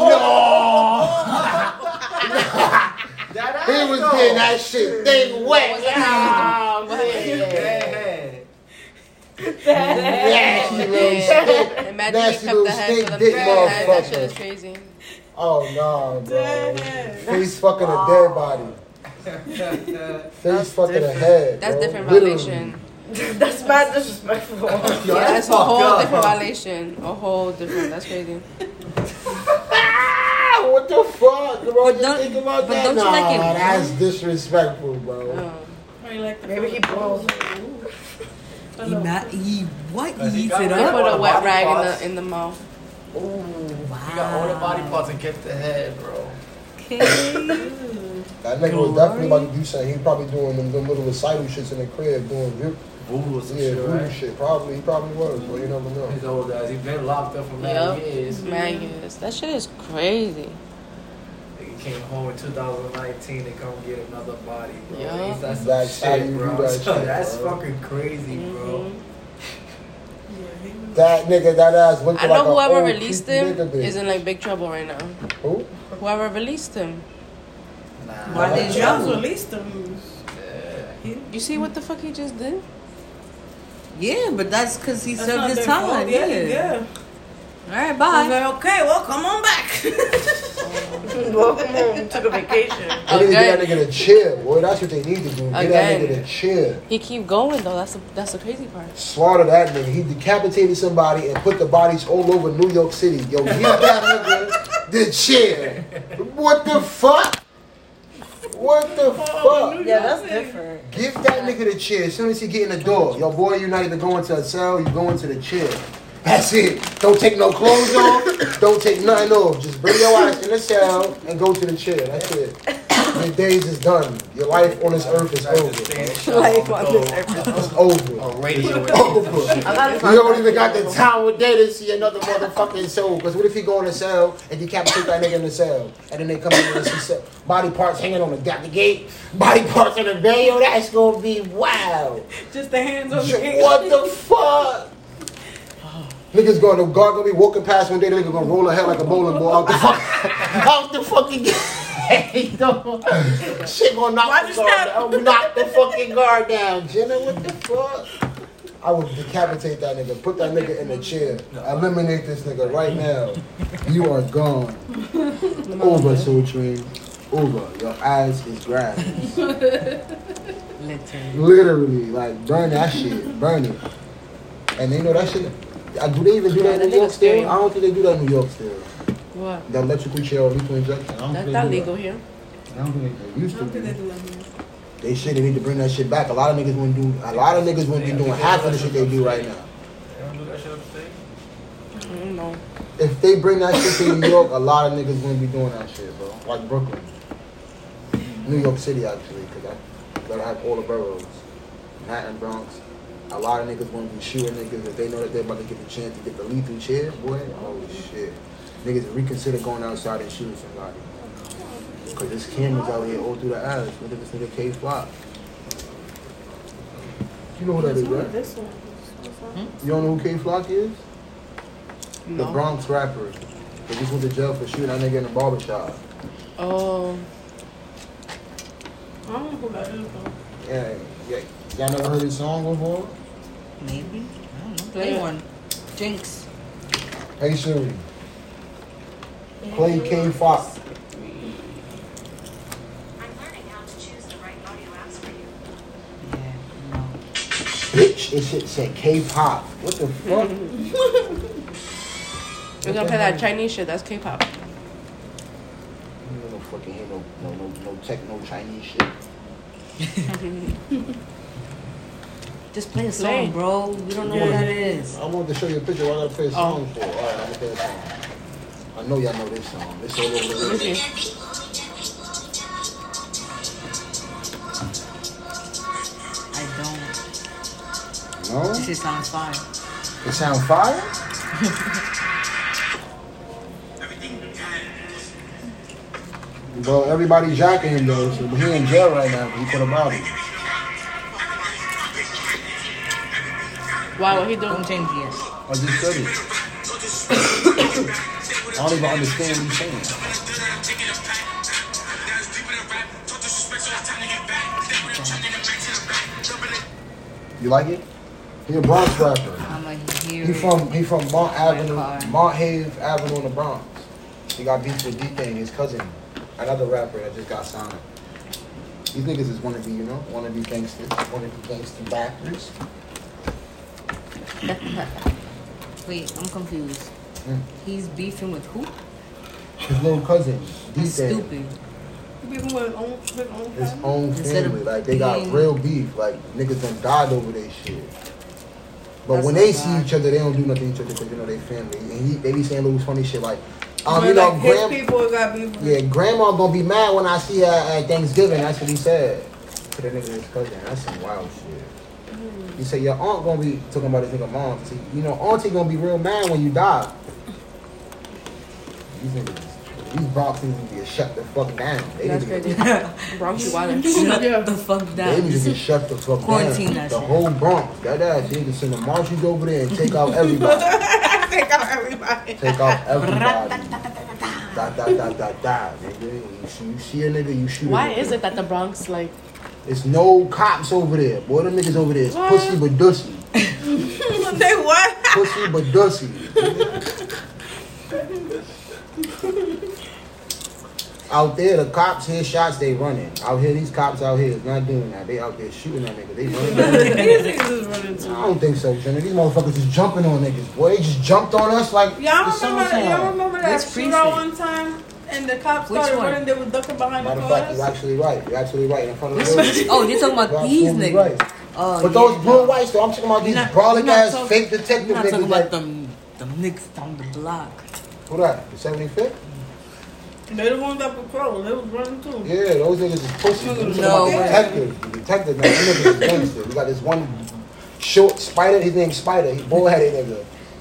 [SPEAKER 6] That ass,
[SPEAKER 2] He was
[SPEAKER 6] though.
[SPEAKER 2] getting that shit thing wet. Yeah,
[SPEAKER 6] Yeah.
[SPEAKER 2] Nasty little stick.
[SPEAKER 1] Yeah. Imagine
[SPEAKER 2] Nasty
[SPEAKER 1] he kept the
[SPEAKER 2] little
[SPEAKER 1] head
[SPEAKER 2] stink
[SPEAKER 1] for
[SPEAKER 2] dick
[SPEAKER 1] the head. That shit is
[SPEAKER 2] motherfucker.
[SPEAKER 1] crazy.
[SPEAKER 2] Oh no, bro.
[SPEAKER 3] Damn.
[SPEAKER 2] Face fucking a dead body. Face fucking a head.
[SPEAKER 1] That's
[SPEAKER 2] bro.
[SPEAKER 1] different
[SPEAKER 2] Literally.
[SPEAKER 1] violation.
[SPEAKER 5] That's bad disrespectful.
[SPEAKER 6] Yo,
[SPEAKER 1] yeah, that's a
[SPEAKER 6] fucked
[SPEAKER 1] whole
[SPEAKER 6] up.
[SPEAKER 1] different violation. A whole different. That's [laughs] crazy.
[SPEAKER 2] Ah, what the fuck, bro?
[SPEAKER 4] But
[SPEAKER 2] Just
[SPEAKER 4] don't-
[SPEAKER 2] think about
[SPEAKER 4] but
[SPEAKER 2] that.
[SPEAKER 4] don't you
[SPEAKER 2] nah,
[SPEAKER 4] like it-
[SPEAKER 2] that's disrespectful, bro.
[SPEAKER 1] Um,
[SPEAKER 3] Or you like the
[SPEAKER 5] Maybe he blows.
[SPEAKER 4] He not he what
[SPEAKER 6] Does he
[SPEAKER 4] he eats
[SPEAKER 6] got
[SPEAKER 4] it
[SPEAKER 1] they
[SPEAKER 6] rid
[SPEAKER 4] up.
[SPEAKER 6] of-
[SPEAKER 1] put a wet
[SPEAKER 6] Body
[SPEAKER 1] rag in
[SPEAKER 6] parts.
[SPEAKER 1] the in the mouth.
[SPEAKER 6] [laughs] You got all the body parts and kept the head, bro.
[SPEAKER 4] Okay.
[SPEAKER 2] That nigga was definitely about to do something. He probably doing them, them little recital shits in the crib, doing real,
[SPEAKER 6] Voodoo or some
[SPEAKER 2] yeah,
[SPEAKER 6] shit,
[SPEAKER 2] voodoo
[SPEAKER 6] right?
[SPEAKER 2] shit. Probably, he probably was, bro. You never know.
[SPEAKER 6] His old ass. He been locked up for many years.
[SPEAKER 1] Yep. Man, yes. That shit is crazy.
[SPEAKER 6] Nigga came home in 2019 to come get another body, bro.
[SPEAKER 1] Yeah.
[SPEAKER 6] That's,
[SPEAKER 2] That's
[SPEAKER 6] that's
[SPEAKER 2] how
[SPEAKER 6] some
[SPEAKER 2] you
[SPEAKER 6] shit,
[SPEAKER 2] do
[SPEAKER 6] bro. [laughs]
[SPEAKER 2] that shit,
[SPEAKER 6] that's
[SPEAKER 2] bro.
[SPEAKER 6] fucking crazy, bro.
[SPEAKER 2] That nigga, that ass looked
[SPEAKER 1] I
[SPEAKER 2] like
[SPEAKER 1] know
[SPEAKER 2] a
[SPEAKER 1] whoever
[SPEAKER 2] old
[SPEAKER 1] released
[SPEAKER 2] creepy
[SPEAKER 1] him
[SPEAKER 2] nigga bitch.
[SPEAKER 1] is in like big trouble right now.
[SPEAKER 2] Who?
[SPEAKER 1] Whoever released him. Mm-hmm.
[SPEAKER 6] Nah.
[SPEAKER 4] Why
[SPEAKER 2] they
[SPEAKER 3] They just
[SPEAKER 4] jump?
[SPEAKER 3] released him.
[SPEAKER 1] You see what the fuck he just did?
[SPEAKER 4] Yeah, but that's because he
[SPEAKER 3] That's
[SPEAKER 4] served
[SPEAKER 3] not
[SPEAKER 4] his
[SPEAKER 3] their
[SPEAKER 4] time.
[SPEAKER 3] fault.
[SPEAKER 4] Yeah.
[SPEAKER 3] yeah.
[SPEAKER 4] All right,
[SPEAKER 3] I was
[SPEAKER 4] bye.
[SPEAKER 3] like, okay, well, come on back.
[SPEAKER 5] Welcome home. Took a vacation.
[SPEAKER 2] They need to get that
[SPEAKER 1] Again.
[SPEAKER 2] nigga to chill, boy. That's what they need to do. Get that
[SPEAKER 1] Again.
[SPEAKER 2] nigga to chill.
[SPEAKER 1] He keep going though. That's the that's the crazy part.
[SPEAKER 2] Slaughter that nigga. He decapitated somebody and put the bodies all over New York City. Yo, give that nigga the chill. What the fuck? What the fuck?
[SPEAKER 5] Yeah, that's different.
[SPEAKER 2] Give that nigga the chair as soon as he get in the door. Yo, boy, you're not even going to a cell. You going to the chair. That's it. Don't take no clothes off. Don't take nothing off. Just bring your ass in the cell and go to the chair. That's it. Your days is done. Your life on this earth is
[SPEAKER 1] [laughs]
[SPEAKER 2] over.
[SPEAKER 1] Life on this earth.
[SPEAKER 2] It's
[SPEAKER 1] [laughs]
[SPEAKER 2] over.
[SPEAKER 6] A radio.
[SPEAKER 2] Over.
[SPEAKER 5] gotta
[SPEAKER 2] You
[SPEAKER 5] find
[SPEAKER 2] don't even got the time with that to see another motherfucking soul. Because what if he go in the cell and decapitate that nigga in the cell? And then they come in and see se- body parts hanging on the, got the gate, body parts in the bay. Yo, that's going to be wild.
[SPEAKER 3] Just the hands on the gate.
[SPEAKER 2] What the fuck? Niggas gonna guard gonna be walking past one day, the nigga gonna roll her head like a bowling ball out the fuck out the fucking [laughs] gate. dog. Shit gonna knock
[SPEAKER 3] Why'd
[SPEAKER 2] the
[SPEAKER 3] you
[SPEAKER 2] guard
[SPEAKER 3] snap?
[SPEAKER 2] down. Knock the fucking guard down, Jenna. What the fuck? I would decapitate that nigga, put that nigga in the chair, eliminate this nigga right now. You are gone. Over, Soul Train. Over. Your eyes is grass.
[SPEAKER 4] Literally.
[SPEAKER 2] Literally, like burn that shit, burn it. And they know that shit. uh, Do they even do that
[SPEAKER 1] Yeah,
[SPEAKER 2] in
[SPEAKER 1] that
[SPEAKER 2] New York
[SPEAKER 1] nigga scary.
[SPEAKER 2] still? I don't think they do that in New York still.
[SPEAKER 1] What?
[SPEAKER 2] The electrical chair or lethal injection. I don't think
[SPEAKER 1] That's
[SPEAKER 2] they
[SPEAKER 1] not
[SPEAKER 2] do
[SPEAKER 1] legal here.
[SPEAKER 2] I don't think they used to. do that.
[SPEAKER 3] They
[SPEAKER 2] They should. They need to bring that shit back. A lot of niggas wouldn't do. A lot of niggas wouldn't be doing half of the shit they do right now.
[SPEAKER 1] No.
[SPEAKER 2] If they bring that shit to New York, a lot of niggas wouldn't be doing that shit, bro. Like Brooklyn, New York City, actually, because I gotta have all the boroughs, Manhattan, Bronx. A lot of niggas wouldn't be shooting niggas if they know that they're about to get the chance to get the lethal chair, boy. Oh shit, niggas reconsider going outside and shooting somebody. Cause there's cameras out here all through the ass. Look at this nigga K Flop. You know who that is, right?
[SPEAKER 3] This one.
[SPEAKER 2] You don't know who K Flock is? The
[SPEAKER 1] No.
[SPEAKER 2] Bronx rapper. They just went to jail for shooting that nigga in the barber shop.
[SPEAKER 1] Oh.
[SPEAKER 3] I don't know who that is though.
[SPEAKER 2] Yeah, yeah. Y'all never heard his song before?
[SPEAKER 4] Maybe. I don't know. Play one. Jinx.
[SPEAKER 2] Hey Siri. Play K Fox.
[SPEAKER 7] I'm learning how to choose the right audio apps for you.
[SPEAKER 4] Yeah. No.
[SPEAKER 2] Bitch, this shit said K pop. What the fuck?
[SPEAKER 1] We're gonna play that Chinese shit. That's K-pop.
[SPEAKER 2] You don't fucking hear no no no no techno Chinese shit.
[SPEAKER 4] Just play a song,
[SPEAKER 1] Play.
[SPEAKER 4] bro. We don't know what
[SPEAKER 2] Yeah.
[SPEAKER 4] that is.
[SPEAKER 2] I wanted to show you a picture what I gotta play a song for. Alright, I'm gonna play a song. I know y'all know this song. It's all over the
[SPEAKER 1] Okay.
[SPEAKER 2] radio.
[SPEAKER 4] I don't.
[SPEAKER 2] No?
[SPEAKER 4] This shit sounds fire.
[SPEAKER 2] It sound fire? [laughs] Bro, everybody jacking him though, so he in jail right now. He put a body.
[SPEAKER 1] Why? What he doing?
[SPEAKER 4] Don't change it.
[SPEAKER 2] I just said it. [coughs] I don't even understand what he's saying. You like it? He a Bronx rapper.
[SPEAKER 4] I'm like, here.
[SPEAKER 2] He from he from Mont Avenue,
[SPEAKER 4] car.
[SPEAKER 2] Mont Haven Avenue in the Bronx. He got beef with D-Thing, his cousin, another rapper that just got signed. These niggas is wanna be, you know, wanna be gangsters, wanna be gangster rappers.
[SPEAKER 4] Wait, I'm confused.
[SPEAKER 2] Mm.
[SPEAKER 4] He's beefing with who?
[SPEAKER 2] His little cousin,
[SPEAKER 4] He's
[SPEAKER 2] D-Thing.
[SPEAKER 4] stupid.
[SPEAKER 3] People with own with own
[SPEAKER 2] his
[SPEAKER 3] family.
[SPEAKER 2] own
[SPEAKER 4] Instead of
[SPEAKER 2] family. Like they got
[SPEAKER 4] being-
[SPEAKER 2] real beef. Like niggas done died over their shit. But
[SPEAKER 4] That's
[SPEAKER 2] when
[SPEAKER 4] not
[SPEAKER 2] they see
[SPEAKER 4] bad.
[SPEAKER 2] each other, they don't do nothing to each other because you know they family. And he, they be saying little funny shit like, um,
[SPEAKER 3] But
[SPEAKER 2] you know,
[SPEAKER 3] like his
[SPEAKER 2] grand,
[SPEAKER 3] people got beef with
[SPEAKER 2] yeah, grandma gonna be mad when I see her at Thanksgiving. That's what he said to the nigga his cousin. That's some wild shit.
[SPEAKER 1] Mm.
[SPEAKER 2] He said your aunt gonna be talking about his nigga mom. See, you know, auntie gonna be real mad when you die. These niggas, these Bronx niggas need to shut the fuck down. They
[SPEAKER 1] That's
[SPEAKER 2] need to get
[SPEAKER 1] crazy.
[SPEAKER 4] [laughs]
[SPEAKER 1] Bronx, you wildin'.
[SPEAKER 4] Shut the fuck
[SPEAKER 2] they
[SPEAKER 4] down.
[SPEAKER 2] need to just shut the fuck
[SPEAKER 4] Quarantine
[SPEAKER 2] down.
[SPEAKER 4] that
[SPEAKER 2] The
[SPEAKER 4] shit.
[SPEAKER 2] whole Bronx. That ass. They can send the marshals over there and take out everybody.
[SPEAKER 3] Take out everybody.
[SPEAKER 2] take out everybody. da da da da da. Nigga. You see, you see a nigga, you shoot.
[SPEAKER 1] Why
[SPEAKER 2] a nigga.
[SPEAKER 1] is it that the Bronx like?
[SPEAKER 2] It's no cops over there. Boy, them niggas over there is
[SPEAKER 1] What?
[SPEAKER 2] pussy but dussy.
[SPEAKER 3] [laughs] Say what?
[SPEAKER 2] Pussy but dussy. out there, the cops hear shots, they running. Out here, these cops out here is not doing that. They out there shooting that nigga. They running.
[SPEAKER 3] These niggas is running too.
[SPEAKER 2] I don't think so, Jenna. These motherfuckers is jumping on niggas, boy. They just jumped on us like
[SPEAKER 3] Y'all
[SPEAKER 2] the
[SPEAKER 3] remember? Y'all
[SPEAKER 2] summertime.
[SPEAKER 3] remember that
[SPEAKER 4] Which
[SPEAKER 3] shootout
[SPEAKER 4] precinct?
[SPEAKER 3] one time, and the cops
[SPEAKER 4] Which
[SPEAKER 3] started
[SPEAKER 4] one?
[SPEAKER 3] running. They were ducking behind the
[SPEAKER 2] Matter of fact, you're
[SPEAKER 3] cars.
[SPEAKER 2] actually right. You're actually right. In front of the building.
[SPEAKER 4] Oh, you're talking
[SPEAKER 2] You're
[SPEAKER 4] about these
[SPEAKER 2] absolutely
[SPEAKER 4] niggas.
[SPEAKER 2] right.
[SPEAKER 4] Oh,
[SPEAKER 2] But
[SPEAKER 4] yeah,
[SPEAKER 2] those blue
[SPEAKER 4] no.
[SPEAKER 2] and whites, though, I'm talking about
[SPEAKER 4] You're
[SPEAKER 2] these
[SPEAKER 4] not-
[SPEAKER 2] brawling
[SPEAKER 4] you're not
[SPEAKER 2] ass
[SPEAKER 4] talk-
[SPEAKER 2] fake detective
[SPEAKER 4] You're not talking
[SPEAKER 2] niggas.
[SPEAKER 4] about
[SPEAKER 2] Like,
[SPEAKER 4] them niggas down the block.
[SPEAKER 2] Who that? The 75th?
[SPEAKER 3] They're the ones up with Crow. They was running too.
[SPEAKER 2] Yeah, those niggas is pussies. Them shit about
[SPEAKER 4] No way.
[SPEAKER 2] detective. The detective, man. Them niggas is gangster. We got this one short spider. His name's Spider. He bullheaded nigga.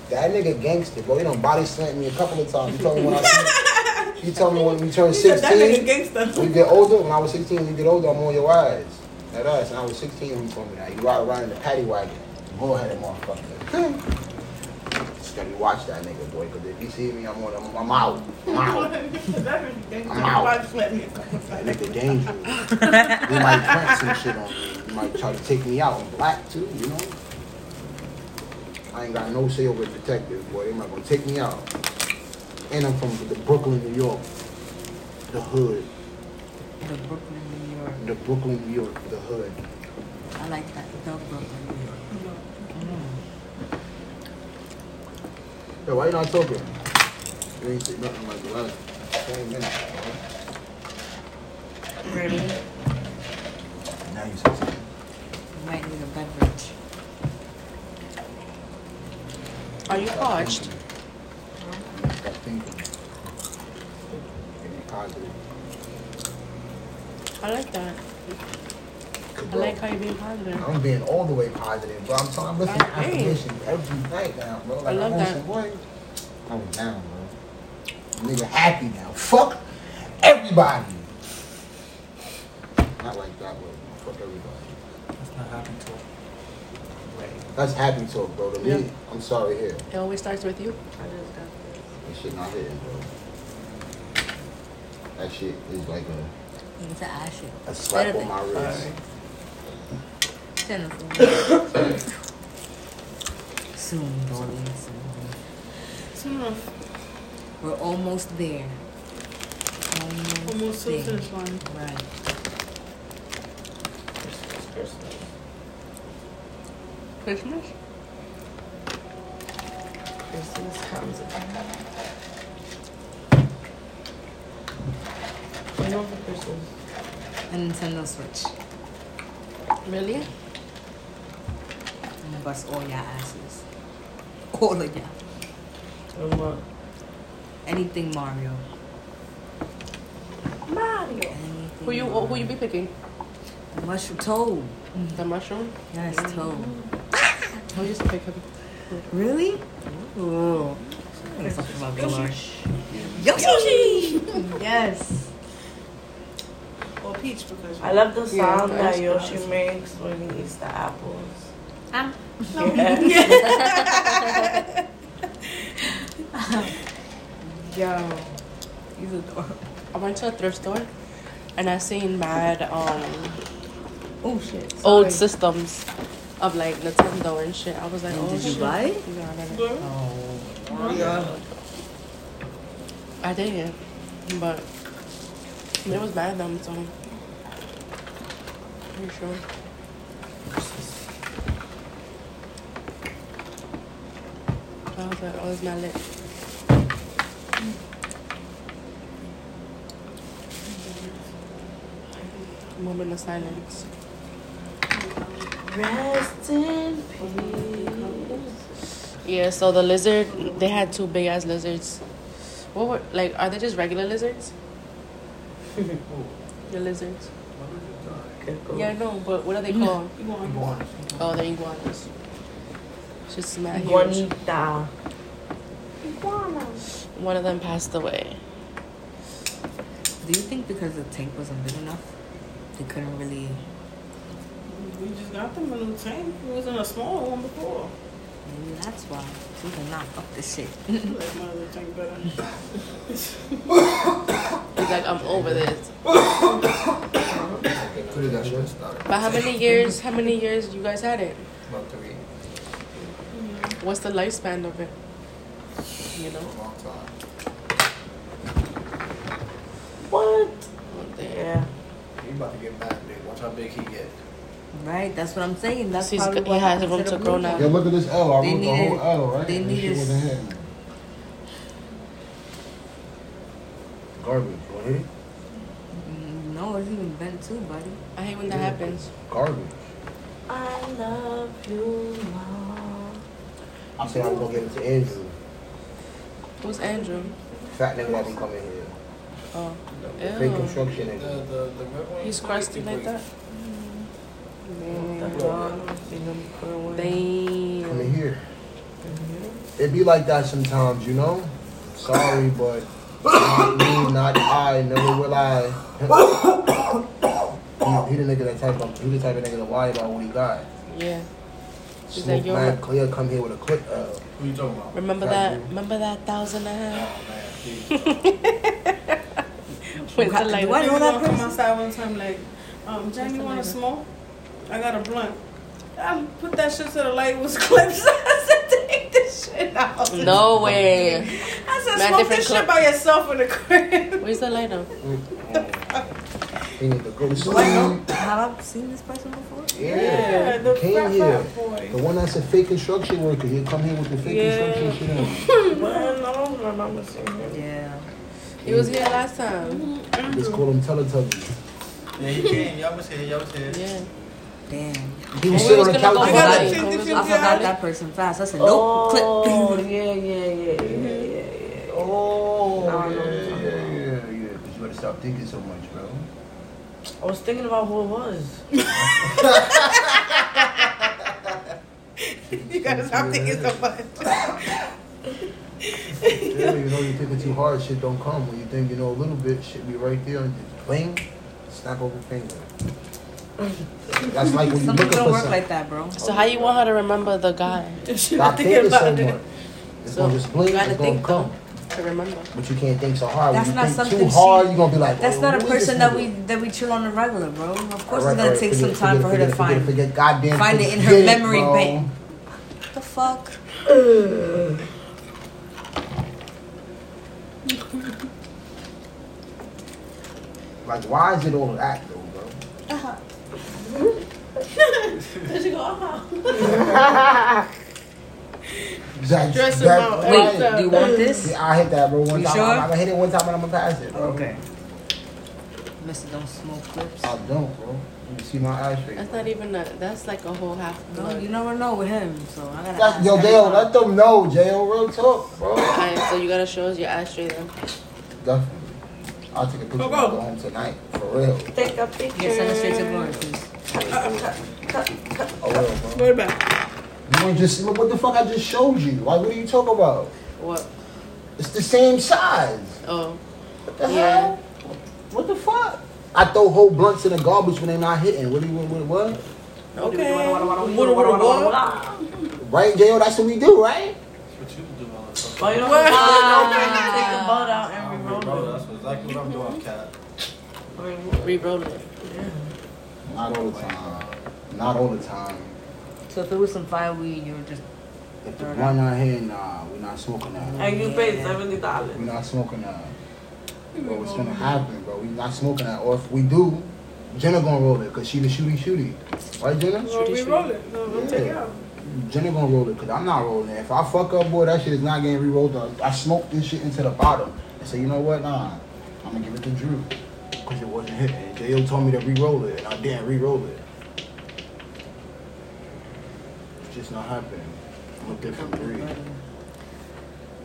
[SPEAKER 2] That nigga gangster, bro. He done body slammed me a couple of times. You told me
[SPEAKER 4] [laughs]
[SPEAKER 2] when I You told me when you turn
[SPEAKER 3] He said that nigga
[SPEAKER 2] 16.
[SPEAKER 3] gangster.
[SPEAKER 2] When you get older, when I was 16, you get older, I'm on your eyes. That ass. And I was 16 when you told me that. You ride around in the paddy wagon. Bullheaded motherfucker. [laughs] Just gotta watch that nigga, boy, because if you see me, I'm on I'm, I'm out. I'm out.
[SPEAKER 3] [laughs] That nigga gangster.
[SPEAKER 2] I'm out.
[SPEAKER 3] Why you slapped me a couple times?
[SPEAKER 2] That nigga dangerous. they might plant some shit on me. They might try to take me out. I'm black too, you know? I ain't got no say over the detective, boy. They might gonna take me out. And I'm from the Brooklyn, New York. The hood.
[SPEAKER 4] The Brooklyn, New York.
[SPEAKER 2] The Brooklyn, New York. The hood.
[SPEAKER 4] I like that. The Brooklyn, New York.
[SPEAKER 2] Yo, why you not talking? You ain't say nothing like the last 20 minutes,
[SPEAKER 5] Really?
[SPEAKER 2] bro. Now you say something.
[SPEAKER 4] You might need a beverage.
[SPEAKER 1] Are you parched?
[SPEAKER 2] Stop thinking. Getting positive.
[SPEAKER 1] I like that. I
[SPEAKER 2] Cabral.
[SPEAKER 1] like how you being positive.
[SPEAKER 2] I'm being all the way positive, bro. I'm talking, I'm listening to
[SPEAKER 1] Okay.
[SPEAKER 2] affirmations every night now, bro. Like,
[SPEAKER 1] I love
[SPEAKER 2] am on
[SPEAKER 1] that.
[SPEAKER 2] some way. I'm down, bro. Nigga happy now. Fuck everybody. Not like that, but fuck everybody.
[SPEAKER 6] That's not happening to him.
[SPEAKER 2] That's happy talk, bro. To me, I'm sorry here.
[SPEAKER 1] It always starts with you.
[SPEAKER 2] That shit not hitting, bro. That shit is like a,
[SPEAKER 4] It's an ashy.
[SPEAKER 2] a slap on my wrist.
[SPEAKER 4] Soon, darling. Soon.
[SPEAKER 3] Soon enough.
[SPEAKER 4] We're almost there. Almost,
[SPEAKER 3] Almost to the
[SPEAKER 4] there.
[SPEAKER 3] finish line.
[SPEAKER 4] Right.
[SPEAKER 1] Christmas?
[SPEAKER 5] Christmas comes again. I know for Christmas.
[SPEAKER 4] A Nintendo Switch.
[SPEAKER 1] Really?
[SPEAKER 4] I'm gonna bust all your oh, asses. All of y'all.
[SPEAKER 5] And what?
[SPEAKER 4] Anything Mario.
[SPEAKER 5] Mario.
[SPEAKER 4] Anything
[SPEAKER 1] Who you
[SPEAKER 4] Mario.
[SPEAKER 1] who you be picking?
[SPEAKER 4] The mushroom toad.
[SPEAKER 1] The mushroom?
[SPEAKER 4] Yes, toad.
[SPEAKER 1] Who used to pick him?
[SPEAKER 4] Really? Ooh. I ain't talking about Yoshi! yes.
[SPEAKER 3] Or peach because
[SPEAKER 5] I love the
[SPEAKER 1] Yeah,
[SPEAKER 5] sound
[SPEAKER 1] that's
[SPEAKER 5] that Yoshi makes when he eats the apples.
[SPEAKER 4] Ah.
[SPEAKER 5] Yeah.
[SPEAKER 4] Yo. He's adorable.
[SPEAKER 1] I went to a thrift store and I seen mad um
[SPEAKER 4] Oh shit.
[SPEAKER 1] old
[SPEAKER 4] sorry.
[SPEAKER 1] systems of like Nintendo and shit. I was like, oh
[SPEAKER 4] Did you
[SPEAKER 1] shit.
[SPEAKER 4] buy it?
[SPEAKER 1] No, I didn't.
[SPEAKER 3] Girl,
[SPEAKER 4] Oh.
[SPEAKER 1] I didn't. But it was bad them so you sure? I was like, oh, it's not lit. Moment of silence.
[SPEAKER 5] Rest in peace.
[SPEAKER 1] Yeah, so the lizard, they had two big ass lizards. What were, like, are they just regular lizards? the lizards? Yeah, I know, but what are they called?
[SPEAKER 3] you want
[SPEAKER 6] Iguana.
[SPEAKER 1] Oh, they're iguanas. Just mad huge.
[SPEAKER 5] Bonita.
[SPEAKER 1] One of them passed away.
[SPEAKER 4] Do you think because the tank wasn't big enough, they couldn't really?
[SPEAKER 3] We just got them a new tank. It was in a smaller one before.
[SPEAKER 4] Maybe that's why. So we can knock up the shit.
[SPEAKER 3] I like my other tank better.
[SPEAKER 1] He's like, I'm over this.
[SPEAKER 2] Put it that shit.
[SPEAKER 1] But how many years, how many years you guys had it?
[SPEAKER 6] About three.
[SPEAKER 1] What's the lifespan of it? You know?
[SPEAKER 2] Long time.
[SPEAKER 5] What?
[SPEAKER 1] Damn.
[SPEAKER 5] Yeah.
[SPEAKER 6] He about to get mad big. Watch how big he get.
[SPEAKER 4] Right. That's what I'm saying. That's
[SPEAKER 1] He's-
[SPEAKER 4] probably
[SPEAKER 1] he
[SPEAKER 4] what
[SPEAKER 1] has
[SPEAKER 4] happened
[SPEAKER 1] room
[SPEAKER 4] the
[SPEAKER 1] to
[SPEAKER 4] blue
[SPEAKER 1] grow
[SPEAKER 4] one.
[SPEAKER 1] now.
[SPEAKER 2] Yeah, look at this L. I
[SPEAKER 4] They
[SPEAKER 2] wrote the
[SPEAKER 4] needed-
[SPEAKER 2] whole L, right?
[SPEAKER 4] they
[SPEAKER 2] That shit
[SPEAKER 4] needed-
[SPEAKER 2] wasn't hitting. Garbage, right?
[SPEAKER 4] Mm, No, it's even bent too, buddy.
[SPEAKER 1] I hate when that happens.
[SPEAKER 2] Garbage.
[SPEAKER 5] I love you, mom.
[SPEAKER 2] I said I'm gonna get it to Andrew.
[SPEAKER 1] Who's Andrew?
[SPEAKER 2] Fat nigga that be coming here.
[SPEAKER 1] Oh,
[SPEAKER 2] The
[SPEAKER 1] Ew.
[SPEAKER 2] Big construction
[SPEAKER 6] The,
[SPEAKER 2] nigga.
[SPEAKER 6] the, the red one.
[SPEAKER 1] he's crusty like that. Mm.
[SPEAKER 2] Coming
[SPEAKER 1] Damn.
[SPEAKER 2] here. It be like that sometimes, you know? Sorry, but not me, not I, never will I. [coughs] he, he the nigga that type of, he the type of nigga that lie about what he got.
[SPEAKER 1] Yeah. She's like,
[SPEAKER 2] Snoop
[SPEAKER 1] yo,
[SPEAKER 2] man, clear, come here with a clip. Uh,
[SPEAKER 6] Who you talking about?
[SPEAKER 1] remember
[SPEAKER 2] Thank
[SPEAKER 1] that?
[SPEAKER 2] you.
[SPEAKER 1] Remember that thousand and a half?
[SPEAKER 6] Oh man, he-
[SPEAKER 1] Wait,
[SPEAKER 4] Why-
[SPEAKER 1] till later.
[SPEAKER 4] why-
[SPEAKER 3] I
[SPEAKER 4] You know
[SPEAKER 3] was
[SPEAKER 4] that
[SPEAKER 3] walking
[SPEAKER 4] person?
[SPEAKER 3] outside one time like, um, Johnny, you want to smoke? I got a blunt. I put that shit to the light was [laughs] clips. I said, take this shit out.
[SPEAKER 1] No way.
[SPEAKER 3] I said,
[SPEAKER 1] Man,
[SPEAKER 3] smoke
[SPEAKER 1] different
[SPEAKER 3] this
[SPEAKER 1] clip.
[SPEAKER 3] shit by yourself in the crib.
[SPEAKER 1] Where's the lighter?
[SPEAKER 2] he need to go
[SPEAKER 4] Why
[SPEAKER 2] soon.
[SPEAKER 4] not? Have I seen this person before?
[SPEAKER 3] [laughs]
[SPEAKER 2] Yeah.
[SPEAKER 3] the
[SPEAKER 2] Came
[SPEAKER 3] frat
[SPEAKER 2] here.
[SPEAKER 3] frat boy.
[SPEAKER 2] The one that's a fake construction worker, he'll come here with the fake
[SPEAKER 3] Yeah.
[SPEAKER 2] construction shit on.
[SPEAKER 3] Well, I don't remember seeing him.
[SPEAKER 4] Yeah.
[SPEAKER 1] He was here last time.
[SPEAKER 2] Just call him Teletubbies.
[SPEAKER 6] Yeah, he came. Y'all was here. Y'all was here.
[SPEAKER 1] Yeah.
[SPEAKER 4] Damn.
[SPEAKER 2] He
[SPEAKER 1] Always
[SPEAKER 2] was sitting on the
[SPEAKER 1] gonna go
[SPEAKER 2] couch.
[SPEAKER 3] I
[SPEAKER 1] for Right.
[SPEAKER 2] with us.
[SPEAKER 3] got a fifty fifty.
[SPEAKER 4] I forgot
[SPEAKER 3] out.
[SPEAKER 4] that person fast. I said, nope,
[SPEAKER 5] Oh,
[SPEAKER 4] clip.
[SPEAKER 5] yeah, yeah, yeah, yeah, yeah, yeah.
[SPEAKER 2] Oh,
[SPEAKER 5] Now I know what
[SPEAKER 2] yeah,
[SPEAKER 5] you're talking
[SPEAKER 2] yeah, yeah, yeah. Because you better stop thinking so much,
[SPEAKER 4] [laughs]
[SPEAKER 2] bro.
[SPEAKER 5] [laughs] I was thinking about who it was.
[SPEAKER 3] You gotta stop thinking so much.
[SPEAKER 2] [laughs] Yeah, you know, you think it too hard, shit don't come. When you think you know a little bit, shit be right there and just bling, snap over finger. That's like when you looking
[SPEAKER 4] Some people
[SPEAKER 2] for
[SPEAKER 4] don't work
[SPEAKER 2] something.
[SPEAKER 4] like that, bro.
[SPEAKER 1] So how you want her to remember the guy?
[SPEAKER 4] [laughs]
[SPEAKER 2] Stop thinking so much. It's
[SPEAKER 1] So
[SPEAKER 2] gonna just blink,
[SPEAKER 1] you gotta
[SPEAKER 2] it's gonna
[SPEAKER 1] think
[SPEAKER 2] come.
[SPEAKER 1] though to remember.
[SPEAKER 2] But you can't think so hard.
[SPEAKER 4] That's
[SPEAKER 2] when you
[SPEAKER 4] not
[SPEAKER 2] think
[SPEAKER 4] something
[SPEAKER 2] too hard,
[SPEAKER 4] she-
[SPEAKER 2] you're gonna be like,
[SPEAKER 4] That's
[SPEAKER 2] "Oh,
[SPEAKER 4] not a
[SPEAKER 2] who is this
[SPEAKER 4] person that
[SPEAKER 2] nigga?"
[SPEAKER 4] we that we chill on the regular, bro. Of course,
[SPEAKER 2] Alright, alright,
[SPEAKER 4] it's gonna take
[SPEAKER 2] forget
[SPEAKER 4] some
[SPEAKER 2] it,
[SPEAKER 4] time for her
[SPEAKER 2] forget
[SPEAKER 4] to
[SPEAKER 2] it, forget it,
[SPEAKER 4] find. What
[SPEAKER 2] Forget, goddamn.
[SPEAKER 4] find it in her
[SPEAKER 2] forget
[SPEAKER 4] memory
[SPEAKER 2] bro.
[SPEAKER 4] bank. the fuck?
[SPEAKER 2] Like, why is it all that though, bro? Uh-huh. [laughs]
[SPEAKER 3] Did you go? Uh-huh.
[SPEAKER 2] That,
[SPEAKER 3] Dress him out.
[SPEAKER 2] right.
[SPEAKER 4] Wait, do you want this?
[SPEAKER 2] Yeah, I hit that, bro. One
[SPEAKER 4] You
[SPEAKER 2] time,
[SPEAKER 4] sure?
[SPEAKER 2] I'm, gonna hit it one time and I'm gonna pass it, bro.
[SPEAKER 4] Okay. Mister, don't smoke clips.
[SPEAKER 2] I don't, bro. You see my ass shake.
[SPEAKER 1] That's not even a. That's like a whole half.
[SPEAKER 4] No,
[SPEAKER 1] blood.
[SPEAKER 4] you never know with him, so I gotta.
[SPEAKER 2] That's,
[SPEAKER 4] ask
[SPEAKER 2] yo, Dale,
[SPEAKER 4] everyone.
[SPEAKER 2] let them know, Dale. Real talk, bro.
[SPEAKER 1] Alright, so you gotta show us your ashtray then.
[SPEAKER 2] Definitely. I'll take a picture
[SPEAKER 3] Go,
[SPEAKER 2] and
[SPEAKER 3] go.
[SPEAKER 2] go home tonight. For real.
[SPEAKER 5] Take a
[SPEAKER 4] Yeah, send it straight to
[SPEAKER 5] picture.
[SPEAKER 4] Glory, please.
[SPEAKER 2] For real, bro.
[SPEAKER 3] Wait a minute.
[SPEAKER 2] You want just look what the fuck I just showed you? Like, what are you talking about?
[SPEAKER 1] What?
[SPEAKER 2] It's the same size.
[SPEAKER 1] Oh,
[SPEAKER 2] What the
[SPEAKER 1] Yeah.
[SPEAKER 2] hell? What the fuck? I throw whole blunts in the garbage when they're not hitting. What do you what what what?
[SPEAKER 1] okay. [laughs]
[SPEAKER 2] Right, Dale? That's what we do, right?
[SPEAKER 6] That's what you do all the
[SPEAKER 5] Oh,
[SPEAKER 6] time.
[SPEAKER 5] you know
[SPEAKER 3] Wow.
[SPEAKER 5] what?
[SPEAKER 1] [laughs]
[SPEAKER 5] Take the boat out
[SPEAKER 6] I
[SPEAKER 5] and
[SPEAKER 6] don't
[SPEAKER 5] re-roll
[SPEAKER 6] know,
[SPEAKER 5] it.
[SPEAKER 6] That's exactly what I'm doing, cat.
[SPEAKER 1] Reroll it.
[SPEAKER 2] Not all the time. Not all the time.
[SPEAKER 4] So if it was some fireweed, you would just.
[SPEAKER 2] If the one out here, nah, we're not smoking that.
[SPEAKER 5] And you paid seventy dollars.
[SPEAKER 2] We're not smoking that. Bro, what's gonna happen, bro? We not smoking that. Or if we do, Jenna gonna roll it, cause she the shooty shooty. Right, Jenna?
[SPEAKER 3] Well, we roll it. No, don't take it out.
[SPEAKER 2] Jenna gonna roll it, cause I'm not rolling it. If I fuck up, boy, that shit is not getting re-rolled. I, I smoked this shit into the bottom. And say, you know what? Nah, I'm gonna give it to Drew, cause it wasn't hitting. And Dale told me to re-roll it, and I didn't re-roll it. It's just not happening. I'm a different breed.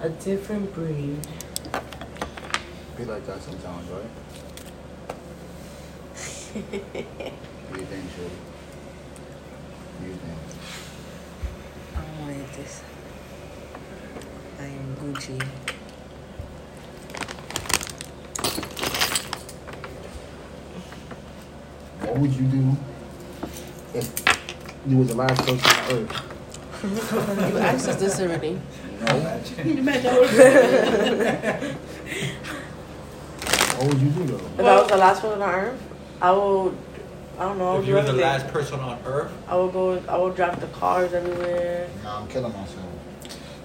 [SPEAKER 5] A different breed.
[SPEAKER 2] Be like that sometimes, right?
[SPEAKER 5] [laughs]
[SPEAKER 2] what do you think, Shorty? What do you think?
[SPEAKER 4] I don't want to eat this. I am Gucci.
[SPEAKER 2] What would you do if you was the last person on earth?
[SPEAKER 1] You asked us this already.
[SPEAKER 2] No. What [laughs] would you do though?
[SPEAKER 5] If I was the last one on earth, I would. I don't know. I would
[SPEAKER 6] If
[SPEAKER 5] do
[SPEAKER 6] you were the
[SPEAKER 5] everything.
[SPEAKER 6] last person on Earth,
[SPEAKER 5] I would go. I would drive the cars everywhere.
[SPEAKER 2] Nah, I'm killing myself.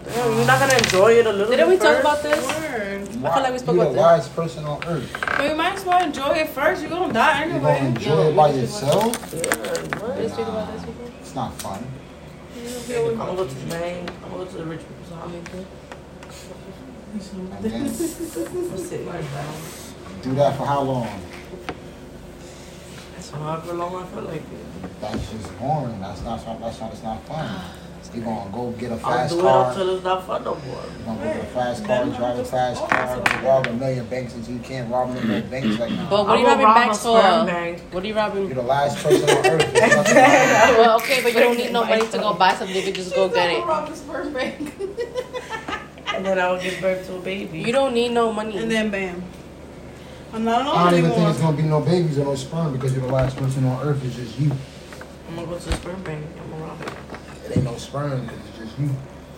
[SPEAKER 5] Damn, you're not gonna
[SPEAKER 6] Ah.
[SPEAKER 5] enjoy it a little.
[SPEAKER 1] Didn't we
[SPEAKER 5] bit
[SPEAKER 1] talk
[SPEAKER 5] first?
[SPEAKER 1] about this?
[SPEAKER 3] Word.
[SPEAKER 1] I feel like we spoke
[SPEAKER 2] you
[SPEAKER 1] about
[SPEAKER 2] the
[SPEAKER 1] this.
[SPEAKER 2] last person on earth.
[SPEAKER 3] But you might as well enjoy it first. You're gonna die
[SPEAKER 2] You gonna
[SPEAKER 3] anyway.
[SPEAKER 2] enjoy
[SPEAKER 1] Yo,
[SPEAKER 2] it by
[SPEAKER 1] we just want-
[SPEAKER 2] yourself?
[SPEAKER 5] Yeah, what?
[SPEAKER 1] Did we speak about this before?
[SPEAKER 2] It's not fun.
[SPEAKER 5] I'm gonna go to Maine. I'm gonna go to the rich people's house.
[SPEAKER 2] And then
[SPEAKER 5] I'm gonna sit right down.
[SPEAKER 2] do that for how long?
[SPEAKER 5] That's how I feel long I feel like it.
[SPEAKER 2] That's just boring. That's not. That's not. It's not fun. You're gonna go get a
[SPEAKER 8] I'll
[SPEAKER 2] fast
[SPEAKER 8] do it
[SPEAKER 2] car.
[SPEAKER 8] until it's not fun no more.
[SPEAKER 2] You're gonna go get a fast car, drive a fast car, rob a million banks since you can't rob no more banks right now.
[SPEAKER 1] But what are
[SPEAKER 8] I will
[SPEAKER 1] you robbing
[SPEAKER 8] rob
[SPEAKER 1] banks
[SPEAKER 8] a
[SPEAKER 1] for? uh,
[SPEAKER 8] sperm bank.
[SPEAKER 1] What are you
[SPEAKER 2] You're
[SPEAKER 1] robbing?
[SPEAKER 2] the last person on earth. that's fucking lying.
[SPEAKER 1] [laughs] Well, okay, but you don't need no money to go buy something. You can just go get it.
[SPEAKER 3] Rob the sperm bank.
[SPEAKER 8] And then I'll give birth to a baby.
[SPEAKER 1] You don't need no money.
[SPEAKER 3] And then bam. I'm not
[SPEAKER 2] I
[SPEAKER 3] alone
[SPEAKER 2] don't even think
[SPEAKER 3] anymore.
[SPEAKER 2] it's gonna be no babies or no sperm because you're the last person on earth. It's just you.
[SPEAKER 8] I'm gonna go to the sperm bank. I'm gonna rob it.
[SPEAKER 2] It ain't no sperm because it's just you.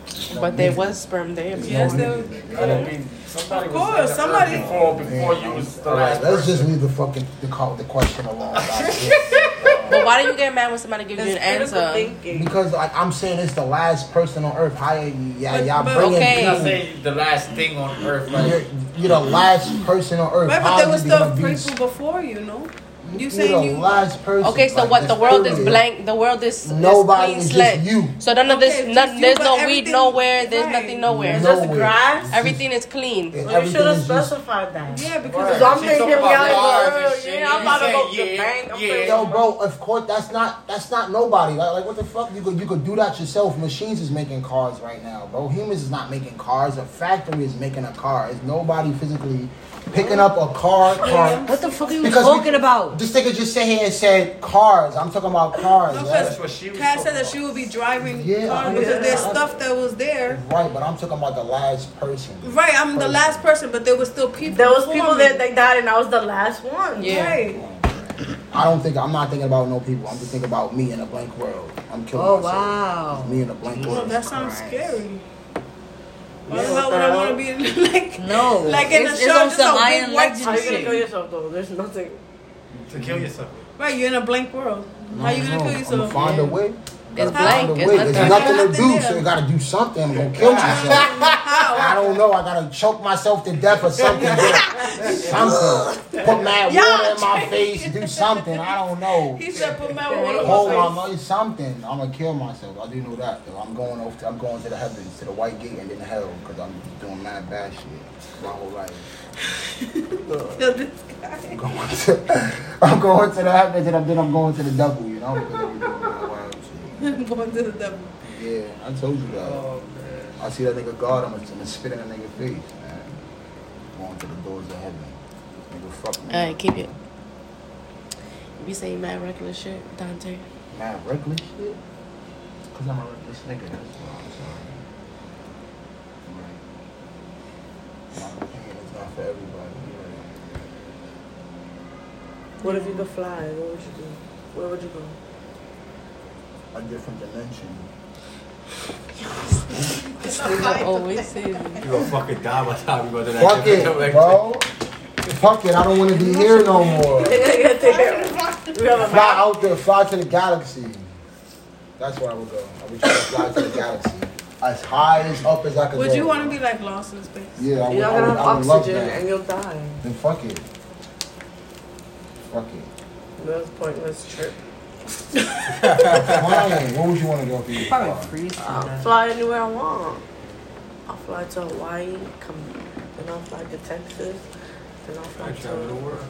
[SPEAKER 2] It's no
[SPEAKER 1] But there
[SPEAKER 2] nigga.
[SPEAKER 1] was sperm there.
[SPEAKER 2] It's
[SPEAKER 3] [laughs] Yes,
[SPEAKER 2] no
[SPEAKER 3] there
[SPEAKER 2] nigga. I
[SPEAKER 6] Gotta
[SPEAKER 2] don't-
[SPEAKER 6] be- Somebody
[SPEAKER 3] Of
[SPEAKER 6] was in
[SPEAKER 3] course,
[SPEAKER 6] the
[SPEAKER 3] somebody-
[SPEAKER 6] earth before before you was the
[SPEAKER 2] All right,
[SPEAKER 6] last
[SPEAKER 2] let's just
[SPEAKER 6] person.
[SPEAKER 2] leave the fucking the call the question alone.
[SPEAKER 1] But why do you get mad when somebody gives you an
[SPEAKER 8] That's critical
[SPEAKER 1] answer?
[SPEAKER 8] thinking.
[SPEAKER 2] because like I'm saying, it's the last person on earth. How yeah,
[SPEAKER 3] But-
[SPEAKER 2] y'all
[SPEAKER 3] but-
[SPEAKER 2] bringing
[SPEAKER 1] okay.
[SPEAKER 6] I'm not
[SPEAKER 2] people-
[SPEAKER 6] saying the last thing on earth.
[SPEAKER 2] You're,
[SPEAKER 6] Like,
[SPEAKER 2] you're the last person on earth.
[SPEAKER 3] Right,
[SPEAKER 2] How
[SPEAKER 3] but there
[SPEAKER 2] you
[SPEAKER 3] was
[SPEAKER 2] be gonna
[SPEAKER 3] still
[SPEAKER 2] be-
[SPEAKER 3] people before you, know? You
[SPEAKER 2] you're
[SPEAKER 3] saying
[SPEAKER 2] the
[SPEAKER 3] you-
[SPEAKER 2] last person.
[SPEAKER 1] Okay, so
[SPEAKER 2] like,
[SPEAKER 1] what? The world is
[SPEAKER 2] period.
[SPEAKER 1] blank. The world is is
[SPEAKER 2] Nobody
[SPEAKER 1] clean
[SPEAKER 2] is
[SPEAKER 1] slate.
[SPEAKER 2] just you.
[SPEAKER 1] So none of
[SPEAKER 3] Okay,
[SPEAKER 1] this.
[SPEAKER 3] just
[SPEAKER 1] None,
[SPEAKER 3] you,
[SPEAKER 1] there's
[SPEAKER 3] but
[SPEAKER 1] no weed
[SPEAKER 3] everything-
[SPEAKER 1] nowhere. There's
[SPEAKER 3] right.
[SPEAKER 1] nothing nowhere.
[SPEAKER 8] It's just
[SPEAKER 2] Nowhere.
[SPEAKER 8] grass?
[SPEAKER 2] It's
[SPEAKER 1] Everything is clean.
[SPEAKER 2] just-
[SPEAKER 8] Well, you should
[SPEAKER 2] everything
[SPEAKER 8] have
[SPEAKER 2] is just-
[SPEAKER 8] specified that.
[SPEAKER 3] Yeah,
[SPEAKER 6] Right.
[SPEAKER 3] because
[SPEAKER 5] So I'm
[SPEAKER 6] She
[SPEAKER 5] thinking
[SPEAKER 6] talking about
[SPEAKER 5] y'all
[SPEAKER 6] bars and
[SPEAKER 5] go,
[SPEAKER 6] shit.
[SPEAKER 5] yeah, I'm
[SPEAKER 6] You
[SPEAKER 5] about to
[SPEAKER 6] said,
[SPEAKER 5] go to the
[SPEAKER 6] yeah,
[SPEAKER 5] bank. I'm
[SPEAKER 6] yeah.
[SPEAKER 5] feeling-
[SPEAKER 2] Yo, bro, of course that's not that's not nobody. Like, like what the fuck? You could you could do that yourself. Machines is making cars right now, bro. Humans is not making cars. A factory is making a car. It's nobody physically picking up a car. car.
[SPEAKER 4] What the fuck are you
[SPEAKER 2] Because we-
[SPEAKER 4] talking about?
[SPEAKER 2] This nigga just sit here and said cars. I'm talking about cars.
[SPEAKER 3] No,
[SPEAKER 2] right?
[SPEAKER 6] that's what she was
[SPEAKER 3] Kat said
[SPEAKER 6] talking
[SPEAKER 3] that
[SPEAKER 6] about.
[SPEAKER 3] she would be driving
[SPEAKER 2] Yeah,
[SPEAKER 3] cars
[SPEAKER 2] I-
[SPEAKER 3] because there's
[SPEAKER 2] yeah.
[SPEAKER 3] stuff that was there.
[SPEAKER 2] Right, but I'm talking about the last person.
[SPEAKER 3] Right, I'm the last person, but there was still people.
[SPEAKER 5] There was
[SPEAKER 3] before
[SPEAKER 5] people
[SPEAKER 3] me.
[SPEAKER 5] that they died, and I was the last one.
[SPEAKER 1] Yeah.
[SPEAKER 3] Right.
[SPEAKER 2] I don't think I'm not thinking about no people. I'm just thinking about me in a blank world. I'm killing
[SPEAKER 4] Oh
[SPEAKER 2] myself.
[SPEAKER 4] wow.
[SPEAKER 2] Me in a blank
[SPEAKER 3] Well,
[SPEAKER 2] world.
[SPEAKER 3] that sounds
[SPEAKER 4] Christ.
[SPEAKER 3] scary. What
[SPEAKER 5] Yeah.
[SPEAKER 3] about when I want to be in, [laughs] like
[SPEAKER 4] No,
[SPEAKER 3] like in a
[SPEAKER 4] it's- it's
[SPEAKER 3] show,
[SPEAKER 4] on
[SPEAKER 3] just
[SPEAKER 4] some
[SPEAKER 3] a
[SPEAKER 4] I
[SPEAKER 3] big
[SPEAKER 4] am
[SPEAKER 3] white
[SPEAKER 4] legend
[SPEAKER 5] How you gonna
[SPEAKER 4] Shit.
[SPEAKER 5] kill yourself though? There's nothing.
[SPEAKER 6] To kill yourself.
[SPEAKER 3] Right, you're in a blank world.
[SPEAKER 2] No,
[SPEAKER 3] How you gonna
[SPEAKER 2] no,
[SPEAKER 3] kill
[SPEAKER 2] I'ma
[SPEAKER 3] yourself?
[SPEAKER 2] find a way.
[SPEAKER 1] It's
[SPEAKER 2] Gotta find
[SPEAKER 1] blank.
[SPEAKER 2] a
[SPEAKER 1] It's
[SPEAKER 2] way. There's
[SPEAKER 1] nothing.
[SPEAKER 2] nothing to do,
[SPEAKER 3] Nothing
[SPEAKER 2] so
[SPEAKER 3] there.
[SPEAKER 2] you gotta do something. I'm gonna kill myself. I
[SPEAKER 3] How?
[SPEAKER 2] don't know. I gotta choke myself to death or something.
[SPEAKER 3] [laughs]
[SPEAKER 2] something. Put mad water in my face. Do something. I don't know.
[SPEAKER 3] He said, "Put my
[SPEAKER 2] Hold
[SPEAKER 3] way."
[SPEAKER 2] my
[SPEAKER 3] [laughs]
[SPEAKER 2] money, something. I'm gonna kill myself. I do know that though. I'm going off. To, I'm going to the heavens, to the white gate, and then hell, because I'm doing mad bad shit my whole life. [laughs] I'm going to, I'm going to the heavens, and then I'm going to the devil. You know, because I'm doing mad wild shit.
[SPEAKER 3] [laughs] I'm [laughs] going to the devil.
[SPEAKER 2] Yeah, I told you that.
[SPEAKER 6] Oh, man.
[SPEAKER 2] I see that nigga God. I'm gonna, I'm gonna spit in that nigga face, man. Going to the doors of heaven. Nigga, fuck me.
[SPEAKER 1] All right, keep it. You saying mad reckless shit, Dante?
[SPEAKER 2] Mad reckless shit? Because I'm a reckless nigga, that's why I'm sorry. Right. My opinion is not for everybody.
[SPEAKER 5] What if you could fly? What would you do? Where would you go?
[SPEAKER 2] A different dimension.
[SPEAKER 1] I always say that.
[SPEAKER 6] You gonna fucking die by the time you go to that
[SPEAKER 2] Fuck it,
[SPEAKER 6] [laughs] different direction.
[SPEAKER 2] bro. Fuck it, I don't want to be here no
[SPEAKER 5] [laughs]
[SPEAKER 2] more.
[SPEAKER 5] We have a
[SPEAKER 2] Fly out there, fly to the galaxy. That's where I would go. I would try to fly to the galaxy. As high as up as I could
[SPEAKER 3] Would
[SPEAKER 2] go.
[SPEAKER 3] you want to be like lost in space?
[SPEAKER 2] Yeah, I would,
[SPEAKER 5] You're not
[SPEAKER 2] I
[SPEAKER 5] gonna
[SPEAKER 2] would,
[SPEAKER 5] have
[SPEAKER 2] I would love
[SPEAKER 5] oxygen and
[SPEAKER 2] that.
[SPEAKER 5] you'll die.
[SPEAKER 2] Then fuck it. Fuck [laughs] it.
[SPEAKER 5] That's pointless trip.
[SPEAKER 2] Ryan, what would you want to go for? your car?
[SPEAKER 4] Probably freeze to
[SPEAKER 5] I'll
[SPEAKER 4] death.
[SPEAKER 5] fly anywhere I want. I'll fly to Hawaii, come, then I'll fly to Texas, then I'll fly
[SPEAKER 6] I travel the
[SPEAKER 5] to.
[SPEAKER 6] world.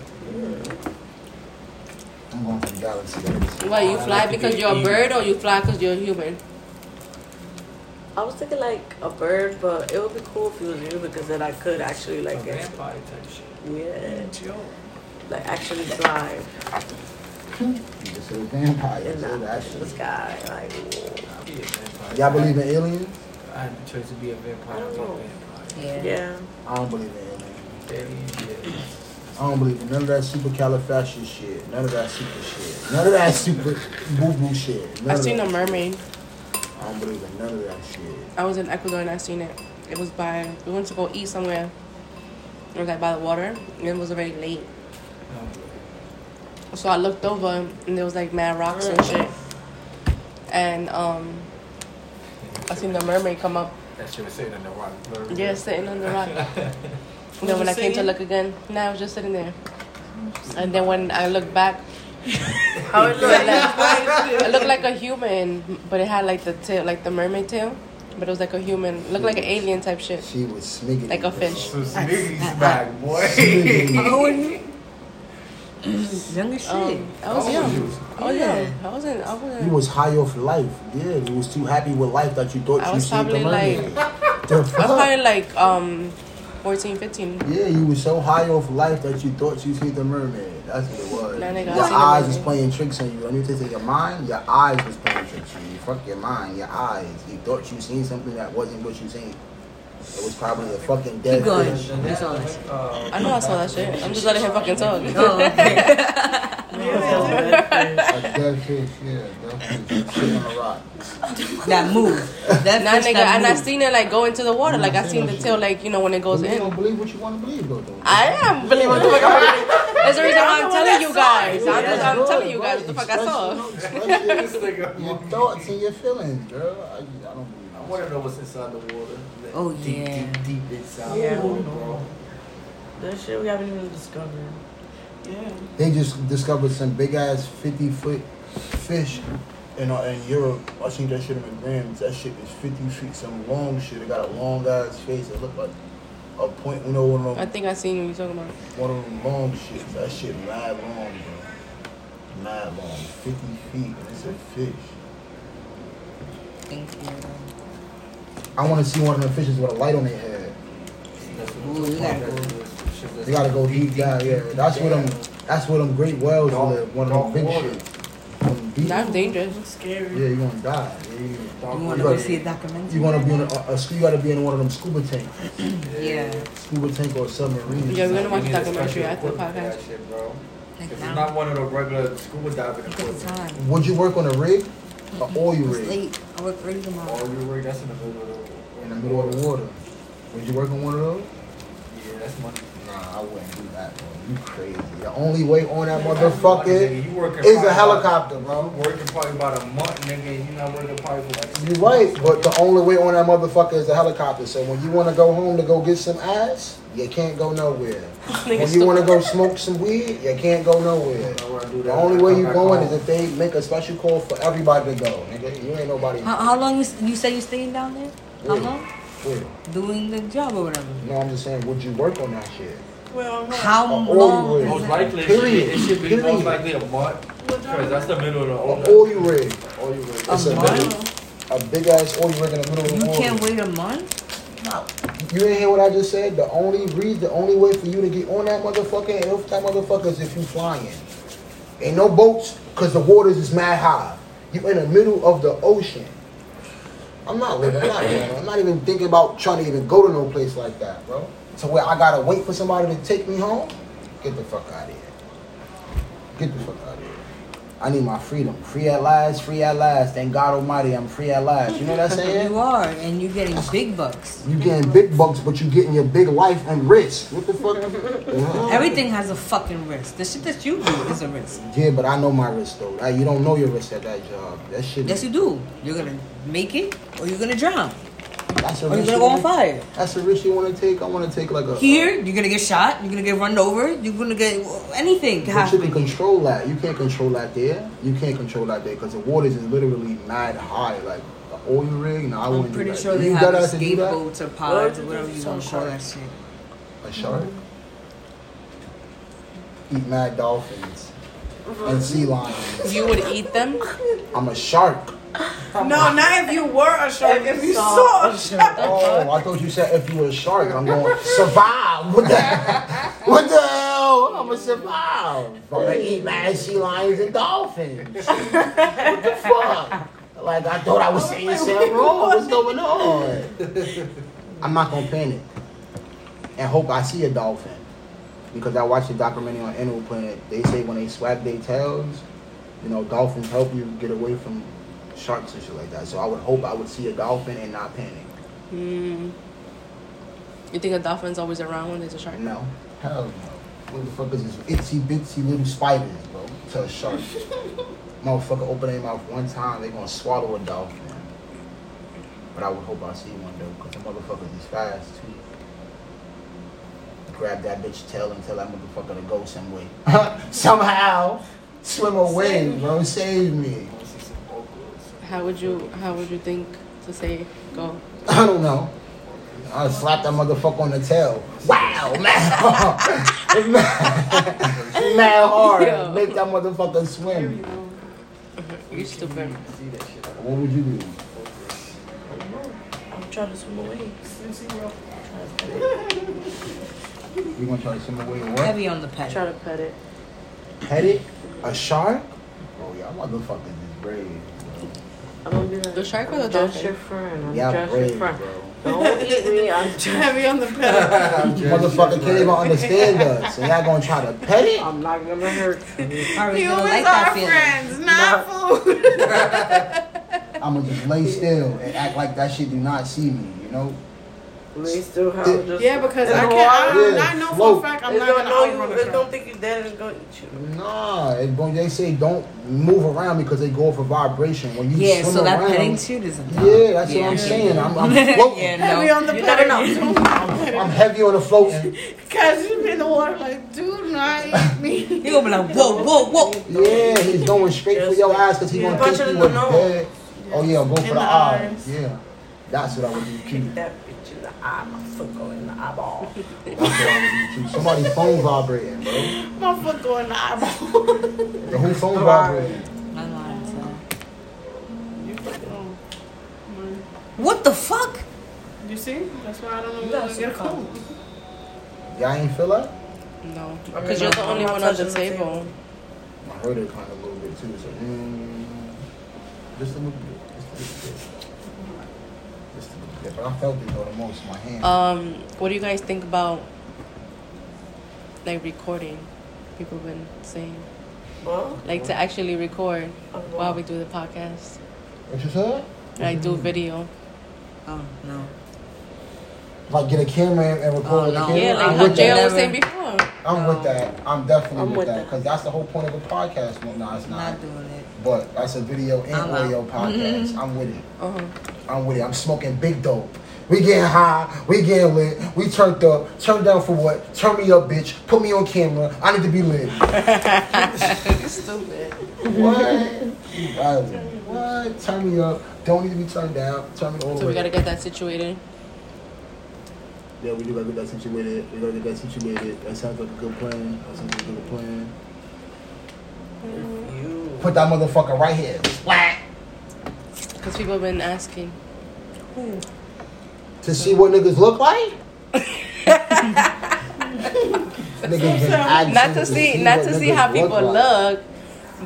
[SPEAKER 2] I'm going to the galaxy. guys.
[SPEAKER 1] What you fly because you're a bird or you fly because you're a human?
[SPEAKER 5] I was thinking like a bird, but it would be cool if it was you because then I could actually
[SPEAKER 6] A
[SPEAKER 5] like get,
[SPEAKER 6] vampire type shit.
[SPEAKER 5] yeah,
[SPEAKER 6] Chill.
[SPEAKER 5] like actually fly
[SPEAKER 2] You just said vampires.
[SPEAKER 5] in
[SPEAKER 2] so
[SPEAKER 5] the,
[SPEAKER 2] that's-
[SPEAKER 5] in the sky. Like,
[SPEAKER 6] I'll be a vampire.
[SPEAKER 2] Y'all believe in aliens?
[SPEAKER 6] I had the choice to be a vampire. I'm a vampire.
[SPEAKER 4] Yeah.
[SPEAKER 5] yeah.
[SPEAKER 2] I don't believe in aliens.
[SPEAKER 6] Daddy, yeah.
[SPEAKER 2] I don't believe in none of that super califascious shit. None of that super shit. None of that super boo boo shit. None
[SPEAKER 1] I
[SPEAKER 2] of
[SPEAKER 1] seen
[SPEAKER 2] that.
[SPEAKER 1] a mermaid.
[SPEAKER 2] I don't believe in none of that shit.
[SPEAKER 1] I was in Ecuador and I seen it. It was by we went to go eat somewhere. It was like by the water and it was already late. So I looked over and there was like mad rocks and shit. And um I seen the mermaid come up.
[SPEAKER 6] That shit was sitting in the rock.
[SPEAKER 1] Yeah, sitting on the rock. And then when I came to look again, now I was just sitting there. And then when I looked
[SPEAKER 5] [laughs]
[SPEAKER 1] back,
[SPEAKER 5] How it
[SPEAKER 1] it
[SPEAKER 5] look?
[SPEAKER 1] looked like, it looked like a human, but it had like the tail, like the mermaid tail, but it was like a human, looked like an alien type shit.
[SPEAKER 2] She was smigging.
[SPEAKER 1] Like a fish.
[SPEAKER 4] [laughs]
[SPEAKER 6] So sneaky smack, boy.
[SPEAKER 4] Oh, and Young as shit.
[SPEAKER 1] Um, I
[SPEAKER 2] How
[SPEAKER 1] was
[SPEAKER 2] old was
[SPEAKER 1] young. I
[SPEAKER 2] you?
[SPEAKER 1] was
[SPEAKER 4] Oh, Yeah.
[SPEAKER 1] young. Oh, I wasn't. I wasn't.
[SPEAKER 2] You was high off life. Yeah, you was too happy with life that you thought
[SPEAKER 1] I
[SPEAKER 2] you
[SPEAKER 1] was
[SPEAKER 2] saved
[SPEAKER 1] probably
[SPEAKER 2] the money. The
[SPEAKER 1] I was
[SPEAKER 2] fuck?
[SPEAKER 1] probably like um, 14, 15.
[SPEAKER 2] Yeah, you was so high off life that you thought you seen the mermaid. That's what it was.
[SPEAKER 1] Nah, nigga, I
[SPEAKER 2] your
[SPEAKER 1] seen the
[SPEAKER 2] eyes was
[SPEAKER 1] mermaid.
[SPEAKER 2] playing tricks on you. I need to say your mind, your eyes was playing tricks on you. Fuck your mind, your eyes. You thought you seen something that wasn't what you seen. It was probably a fucking dead
[SPEAKER 4] Keep going.
[SPEAKER 2] fish.
[SPEAKER 4] That's all I see.
[SPEAKER 6] Uh,
[SPEAKER 1] I know I saw that shit. I'm just letting him fucking talk.
[SPEAKER 4] Oh,
[SPEAKER 1] [laughs]
[SPEAKER 4] okay.
[SPEAKER 2] A dead fish, yeah. Dead fish. Shit on a rock.
[SPEAKER 4] that move. That
[SPEAKER 1] Nah,
[SPEAKER 4] fish
[SPEAKER 1] nigga,
[SPEAKER 4] that
[SPEAKER 1] and I
[SPEAKER 4] move.
[SPEAKER 1] seen it like go into the water. Like I seen the tail, like you know when it goes
[SPEAKER 2] But you
[SPEAKER 1] in.
[SPEAKER 2] don't believe what you want to believe, though. though.
[SPEAKER 1] I am believing. What the fuck I'm believing? [laughs] That's the reason
[SPEAKER 4] [laughs]
[SPEAKER 1] why I'm telling you guys. I'm, just, I'm telling you guys what the fuck I saw.
[SPEAKER 6] this
[SPEAKER 2] saw.
[SPEAKER 6] nigga,
[SPEAKER 2] Your
[SPEAKER 4] [laughs]
[SPEAKER 2] thoughts and your feelings, girl. I, I don't believe
[SPEAKER 6] I
[SPEAKER 2] that.
[SPEAKER 6] want to know what's inside the water. Like,
[SPEAKER 4] Oh,
[SPEAKER 6] deep,
[SPEAKER 4] yeah.
[SPEAKER 6] deep, deep inside
[SPEAKER 8] Yeah.
[SPEAKER 6] the water, bro.
[SPEAKER 8] That shit we haven't even discovered.
[SPEAKER 3] Yeah.
[SPEAKER 2] They just discovered some big ass fifty foot fish in uh, in Europe. I seen that shit in the grams. That shit is fifty feet. Some long shit. It got a long ass face. It looked like a point you know one of
[SPEAKER 1] I
[SPEAKER 2] them,
[SPEAKER 1] think I seen what you talking about.
[SPEAKER 2] one of them long shits. That shit mad long, bro. Mad long. Fifty feet. And it's a fish.
[SPEAKER 4] Thank
[SPEAKER 2] Oh,
[SPEAKER 4] you.
[SPEAKER 2] I want to see one of them fishes with a light on their head.
[SPEAKER 6] That's what
[SPEAKER 4] Ooh,
[SPEAKER 6] I'm
[SPEAKER 4] we gotta
[SPEAKER 6] talking
[SPEAKER 4] go.
[SPEAKER 6] about. That's shit that's
[SPEAKER 2] You gotta go deep down. Yeah, that's where them. That's where them great whales
[SPEAKER 6] Dark-
[SPEAKER 2] live. One of them
[SPEAKER 6] dark
[SPEAKER 2] big
[SPEAKER 6] water.
[SPEAKER 2] shit. Them deep-
[SPEAKER 1] That's dangerous.
[SPEAKER 3] It's scary.
[SPEAKER 2] Yeah, you gonna die. Yeah, you
[SPEAKER 6] Dark
[SPEAKER 4] You
[SPEAKER 6] water.
[SPEAKER 4] want to go see a documentary?
[SPEAKER 2] You wanna be in a, a, a you gotta be in one of them scuba tanks,
[SPEAKER 4] Yeah.
[SPEAKER 2] scuba tank or submarine.
[SPEAKER 1] Yeah, we're gonna
[SPEAKER 6] You
[SPEAKER 1] watch
[SPEAKER 6] need
[SPEAKER 1] the documentary
[SPEAKER 6] special
[SPEAKER 1] after the
[SPEAKER 6] equipment for
[SPEAKER 1] podcast.
[SPEAKER 6] that shit, bro.
[SPEAKER 4] Like
[SPEAKER 6] If it's
[SPEAKER 4] now.
[SPEAKER 6] not one of the regular scuba diving
[SPEAKER 4] Look at the
[SPEAKER 6] equipment,
[SPEAKER 4] time.
[SPEAKER 2] Would you work on a rig, an oil
[SPEAKER 4] It's
[SPEAKER 2] rig,
[SPEAKER 4] late. I work early tomorrow.
[SPEAKER 2] Oh,
[SPEAKER 6] all you rig that's in the middle of the
[SPEAKER 2] in the middle of the water? Would you work on one of those?
[SPEAKER 6] Yeah, that's money.
[SPEAKER 2] Nah, I wouldn't do that, bro. You crazy. The only way on that
[SPEAKER 6] Nigga,
[SPEAKER 2] motherfucker
[SPEAKER 6] you working
[SPEAKER 2] is
[SPEAKER 6] probably
[SPEAKER 2] a helicopter,
[SPEAKER 6] about-
[SPEAKER 2] bro.
[SPEAKER 6] you Working probably about a month, nigga. and You not working probably for like.
[SPEAKER 2] You're right, but the only way on that motherfucker is a helicopter. So when you wanna go home to go get some ass, you can't go nowhere. When you wanna go smoke some weed, you can't go nowhere. The only way you going is if they make a special call for everybody to go, nigga. You ain't nobody.
[SPEAKER 4] How, how long you, s- you say you staying down there? How
[SPEAKER 2] Yeah.
[SPEAKER 4] long?
[SPEAKER 2] Yeah.
[SPEAKER 4] Doing the job or whatever.
[SPEAKER 2] No, I'm just saying, would you work on that shit?
[SPEAKER 3] Well, I'm
[SPEAKER 4] How
[SPEAKER 2] Or oil
[SPEAKER 4] long?
[SPEAKER 2] rig.
[SPEAKER 4] is
[SPEAKER 6] Most
[SPEAKER 4] it?
[SPEAKER 6] likely, it should be, it
[SPEAKER 2] Period.
[SPEAKER 6] should be most
[SPEAKER 2] Period.
[SPEAKER 6] likely a month.
[SPEAKER 3] Well,
[SPEAKER 6] Cause that's the middle
[SPEAKER 2] An
[SPEAKER 6] of the.
[SPEAKER 2] oil rig.
[SPEAKER 6] All you rig.
[SPEAKER 4] A
[SPEAKER 2] It's a
[SPEAKER 4] month?
[SPEAKER 2] big, a big ass oil rig in the middle of the
[SPEAKER 4] You
[SPEAKER 2] water.
[SPEAKER 4] can't wait a month?
[SPEAKER 2] You ain't hear what I just said? The only reason, the only way for you to get on that motherfucker and off that motherfucker is if you flying. Ain't no boats, cause the waters is mad high. You in the middle of the ocean. I'm not living, I'm not living. I'm not even thinking about trying to even go to no place like that, bro. To where I gotta wait for somebody to take me home? Get the fuck out of here. Get the fuck out of here. I need my freedom. Free at last, free at last. Thank God Almighty, I'm free at last. You know what I'm saying?
[SPEAKER 4] [laughs] You are, and you're getting big bucks.
[SPEAKER 2] You getting big bucks, but you getting your big life and risk. What the fuck?
[SPEAKER 4] [laughs] Everything has a fucking risk. The shit that you do is a risk.
[SPEAKER 2] Yeah, but I know my risk though. Like, you don't know your risk at that job. That shit.
[SPEAKER 4] Yes, you do. You're gonna make it, or you're gonna drown,
[SPEAKER 2] That's a
[SPEAKER 4] or you're
[SPEAKER 2] risk.
[SPEAKER 4] gonna
[SPEAKER 2] you
[SPEAKER 4] go
[SPEAKER 2] wanna-
[SPEAKER 4] on fire.
[SPEAKER 2] That's a risk you want to take. I want to take like a
[SPEAKER 4] Here, you're gonna get shot. You're gonna get run over. You're gonna get anything can
[SPEAKER 2] But you can
[SPEAKER 4] happen.
[SPEAKER 2] control that. You can't control that there. You can't control that there because the waters is literally mad high. Like the oil rig. No, I wouldn't
[SPEAKER 4] I'm
[SPEAKER 2] do
[SPEAKER 4] pretty
[SPEAKER 2] that.
[SPEAKER 4] sure
[SPEAKER 2] If
[SPEAKER 4] they
[SPEAKER 2] you
[SPEAKER 4] have
[SPEAKER 2] got us to do
[SPEAKER 4] escape
[SPEAKER 2] that,
[SPEAKER 4] boats or pods
[SPEAKER 8] did they
[SPEAKER 4] or whatever you
[SPEAKER 8] do
[SPEAKER 4] wanna
[SPEAKER 8] some
[SPEAKER 4] call that shit.
[SPEAKER 2] A shark. Eat mad dolphins and sea lions.
[SPEAKER 1] You would eat them.
[SPEAKER 2] I'm a shark.
[SPEAKER 3] No, not if you were a shark. If you saw
[SPEAKER 5] saw
[SPEAKER 3] a shark.
[SPEAKER 2] Oh, I thought you said if you were a shark, I'm going to survive. What the hell? What the hell? I'm going to survive. I'm going to eat mad sea lions and dolphins. what the fuck? Like, I thought I was saying something wrong. What's going on? I'm not going to panic and hope I see a dolphin. Because I watched a documentary on Animal Planet. They say when they swap their tails, you know, dolphins help you get away from sharks and shit like that. So I would hope I would see a dolphin and not panic.
[SPEAKER 1] Mm. You think a dolphin's always around when there's a shark?
[SPEAKER 2] No. Hell no. What the fuck is this itsy bitsy little spiders, bro? To a [laughs] shark. Motherfucker open their mouth one time, they gonna swallow a dolphin. But I would hope I see one though, cause the motherfuckers is fast too. Grab that bitch tail and tell that motherfucker to go some way. [laughs] Somehow, swim away, bro. Save me.
[SPEAKER 6] I wanna see some okras.
[SPEAKER 1] How would you How would you think to say go?
[SPEAKER 2] I don't know. I slapped that motherfucker on the tail. Wow, [laughs] man. mad, mad hard.
[SPEAKER 1] Yo.
[SPEAKER 2] Make that motherfucker swim.
[SPEAKER 1] You stupid.
[SPEAKER 6] See that shit.
[SPEAKER 2] What would you do?
[SPEAKER 5] I'm trying to swim away.
[SPEAKER 2] You gonna try to swim away or what?
[SPEAKER 4] Heavy on the pet.
[SPEAKER 5] Try to pet it.
[SPEAKER 2] Pet it? A shark? Oh, y'all motherfuckers is brave.
[SPEAKER 5] I'm gonna be like,
[SPEAKER 1] The shark or the
[SPEAKER 5] I'm just
[SPEAKER 1] dolphin?
[SPEAKER 5] your friend.
[SPEAKER 2] bro.
[SPEAKER 5] I'm
[SPEAKER 2] Y'all
[SPEAKER 5] just
[SPEAKER 2] brave,
[SPEAKER 5] your
[SPEAKER 2] bro. [laughs]
[SPEAKER 5] friend. Don't eat me. I'm just.
[SPEAKER 3] Heavy on the pedal.
[SPEAKER 2] Motherfucker can't even understand us. And y'all gonna try to pet it?
[SPEAKER 5] I'm not gonna hurt you.
[SPEAKER 4] Harvey's
[SPEAKER 3] You
[SPEAKER 4] gonna
[SPEAKER 3] always
[SPEAKER 4] like
[SPEAKER 3] are
[SPEAKER 4] that feeling.
[SPEAKER 3] friends, not food.
[SPEAKER 2] I'm gonna just lay still and act like that shit do not see me, you know?
[SPEAKER 5] Please do how just.
[SPEAKER 3] Yeah, because
[SPEAKER 5] It's
[SPEAKER 3] I
[SPEAKER 5] gonna
[SPEAKER 3] can't.
[SPEAKER 5] walk.
[SPEAKER 3] I,
[SPEAKER 2] Yeah,
[SPEAKER 3] I know for
[SPEAKER 2] float.
[SPEAKER 3] a fact I'm
[SPEAKER 5] It's
[SPEAKER 3] not
[SPEAKER 5] gonna
[SPEAKER 3] gonna
[SPEAKER 5] know
[SPEAKER 3] outrun
[SPEAKER 5] you.
[SPEAKER 3] the
[SPEAKER 5] It's gonna
[SPEAKER 3] shark.
[SPEAKER 5] think you're dead and it's gonna eat you.
[SPEAKER 2] Nah, it, but they say don't move around because they go for vibration. When you
[SPEAKER 4] Yeah,
[SPEAKER 2] swim
[SPEAKER 4] so that
[SPEAKER 2] around,
[SPEAKER 4] petting shit is a dog.
[SPEAKER 2] Yeah, that's what
[SPEAKER 4] Yeah.
[SPEAKER 2] I'm saying. I'm, I'm floating.
[SPEAKER 4] [laughs] yeah,
[SPEAKER 3] Heavy
[SPEAKER 4] no.
[SPEAKER 3] on the
[SPEAKER 5] You never
[SPEAKER 3] pedal.
[SPEAKER 2] I'm heavy on the float.
[SPEAKER 3] Cause you be in the water like, do not eat me.
[SPEAKER 4] You're gonna be like, whoa, whoa, whoa.
[SPEAKER 2] Yeah, he's going straight for your ass because he
[SPEAKER 5] Yeah.
[SPEAKER 2] gonna
[SPEAKER 5] Punch it
[SPEAKER 2] think
[SPEAKER 5] in
[SPEAKER 2] you
[SPEAKER 5] the
[SPEAKER 2] was
[SPEAKER 5] nose.
[SPEAKER 2] dead. Oh yeah, go for
[SPEAKER 3] In
[SPEAKER 2] the,
[SPEAKER 3] the
[SPEAKER 2] eye.
[SPEAKER 3] eyes.
[SPEAKER 2] Yeah, that's what I would do too.
[SPEAKER 5] That bitch in the eye, my foot go in the eyeball.
[SPEAKER 2] That's what I would do too. Somebody's phone vibrating, bro.
[SPEAKER 3] My foot going in the eyeball.
[SPEAKER 2] The whole phone vibrating.
[SPEAKER 4] My mind, so.
[SPEAKER 3] You fucking on. Man.
[SPEAKER 4] What the fuck?
[SPEAKER 3] You see? That's why I don't know when I'm gonna get a cold.
[SPEAKER 2] Y'all ain't feel that?
[SPEAKER 1] No,
[SPEAKER 5] I mean,
[SPEAKER 1] because you're the
[SPEAKER 5] I'm
[SPEAKER 1] only
[SPEAKER 5] not
[SPEAKER 1] one on the
[SPEAKER 5] touching the
[SPEAKER 1] table.
[SPEAKER 2] I heard it kind of a little bit too. So mm, just a little bit, just a little bit, just a little bit. But I felt it though the most. My hand.
[SPEAKER 1] Um, what do you guys think about like recording? People been saying
[SPEAKER 5] Well,
[SPEAKER 1] like to actually record
[SPEAKER 5] I'm
[SPEAKER 1] while
[SPEAKER 5] going.
[SPEAKER 1] we do the podcast,
[SPEAKER 2] what you said?
[SPEAKER 1] like do video.
[SPEAKER 4] Oh, no.
[SPEAKER 2] Like get a camera and- and record
[SPEAKER 4] Oh,
[SPEAKER 2] with the
[SPEAKER 4] no.
[SPEAKER 2] camera.
[SPEAKER 1] Yeah, like
[SPEAKER 2] I'm
[SPEAKER 1] how
[SPEAKER 2] with
[SPEAKER 1] Jay
[SPEAKER 2] that.
[SPEAKER 1] was
[SPEAKER 4] Never.
[SPEAKER 1] saying before.
[SPEAKER 2] I'm with that. I'm definitely
[SPEAKER 5] I'm
[SPEAKER 2] with,
[SPEAKER 5] with
[SPEAKER 2] that
[SPEAKER 5] that.
[SPEAKER 2] because that's the whole point of a podcast. Well, no, it's not.
[SPEAKER 4] Not doing it.
[SPEAKER 2] But that's a video and
[SPEAKER 4] I'm out.
[SPEAKER 2] audio podcast. I'm with it.
[SPEAKER 1] Uh-huh.
[SPEAKER 2] I'm with it. I'm smoking big dope. We getting high. We getting lit. We turned up. Turned down for what? Turn me up, bitch. Put me on camera. I need to
[SPEAKER 1] [laughs]
[SPEAKER 2] be lit.
[SPEAKER 1] Stupid.
[SPEAKER 2] What? You guys, what? Turn me up. Don't need to be turned down. Turn me over.
[SPEAKER 1] So we gotta get that situated.
[SPEAKER 2] yeah, we do gotta get that situated. We gotta get that situated. That sounds like a good plan. That sounds like a good plan. Put that motherfucker right here.
[SPEAKER 1] Because people have been asking.
[SPEAKER 2] To see what niggas look
[SPEAKER 1] [laughs]
[SPEAKER 2] like? niggas been asking
[SPEAKER 1] Not to see, not
[SPEAKER 2] what
[SPEAKER 1] to see
[SPEAKER 2] niggas
[SPEAKER 1] how people
[SPEAKER 2] like.
[SPEAKER 1] look,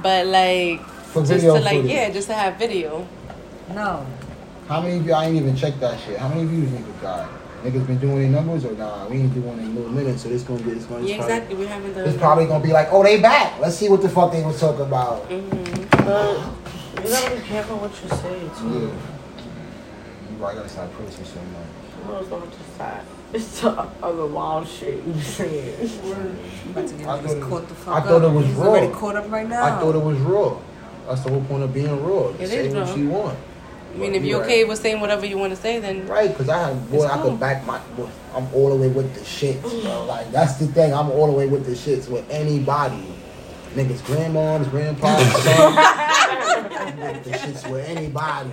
[SPEAKER 1] but like
[SPEAKER 2] For
[SPEAKER 1] just to
[SPEAKER 2] video
[SPEAKER 1] like
[SPEAKER 2] footage.
[SPEAKER 1] yeah, just to have video.
[SPEAKER 4] No.
[SPEAKER 2] How many of you, I ain't even checked that shit. How many views niggas got? Niggas been doing their numbers or nah? We ain't doing in little minutes, so this gonna be, it's gonna
[SPEAKER 1] Yeah,
[SPEAKER 2] probably-
[SPEAKER 1] exactly. We haven't done.
[SPEAKER 2] It's probably gonna be like, oh, they back. Let's see what the fuck they was talking about.
[SPEAKER 1] Mm-hmm.
[SPEAKER 5] You gotta be careful what you say too.
[SPEAKER 2] Yeah. You probably gotta stop preaching so much.
[SPEAKER 5] No, it's not just that. It's the other wild shit you saying.
[SPEAKER 4] I'm about to
[SPEAKER 2] I
[SPEAKER 4] get this
[SPEAKER 2] thought it-
[SPEAKER 4] caught the fuck
[SPEAKER 2] I thought
[SPEAKER 4] up.
[SPEAKER 2] it was
[SPEAKER 4] He's already
[SPEAKER 2] raw.
[SPEAKER 4] caught up right now.
[SPEAKER 2] I thought it was raw. That's the whole point of being raw.
[SPEAKER 1] It
[SPEAKER 2] say
[SPEAKER 1] is
[SPEAKER 2] what
[SPEAKER 1] raw.
[SPEAKER 2] you
[SPEAKER 1] I
[SPEAKER 2] want.
[SPEAKER 1] mean, if you're okay with saying whatever you want to say, then
[SPEAKER 2] Right, because I have, boy,
[SPEAKER 1] It's
[SPEAKER 2] I
[SPEAKER 1] cool. Mm.
[SPEAKER 2] could back my, boy, I'm all the way with the shits, bro. Like, that's the thing. I'm all the way with the shits with anybody. Niggas, grandmoms, grandpas, son. I'm with the shits with anybody.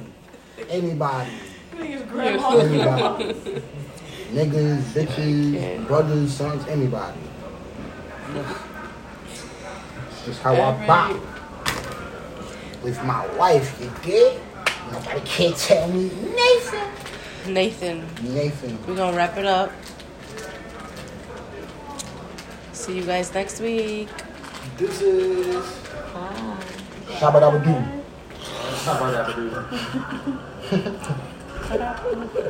[SPEAKER 2] Anybody.
[SPEAKER 1] Oh,
[SPEAKER 2] Anybody. Niggas, bitches, brothers, sons, anybody. It's just how I bop with my wife, you get? Nobody can't tell me Nathan.
[SPEAKER 1] Nathan,
[SPEAKER 2] Nathan.
[SPEAKER 1] we're gonna wrap it up. See you guys next week.
[SPEAKER 2] This is. Shabba dabba doo.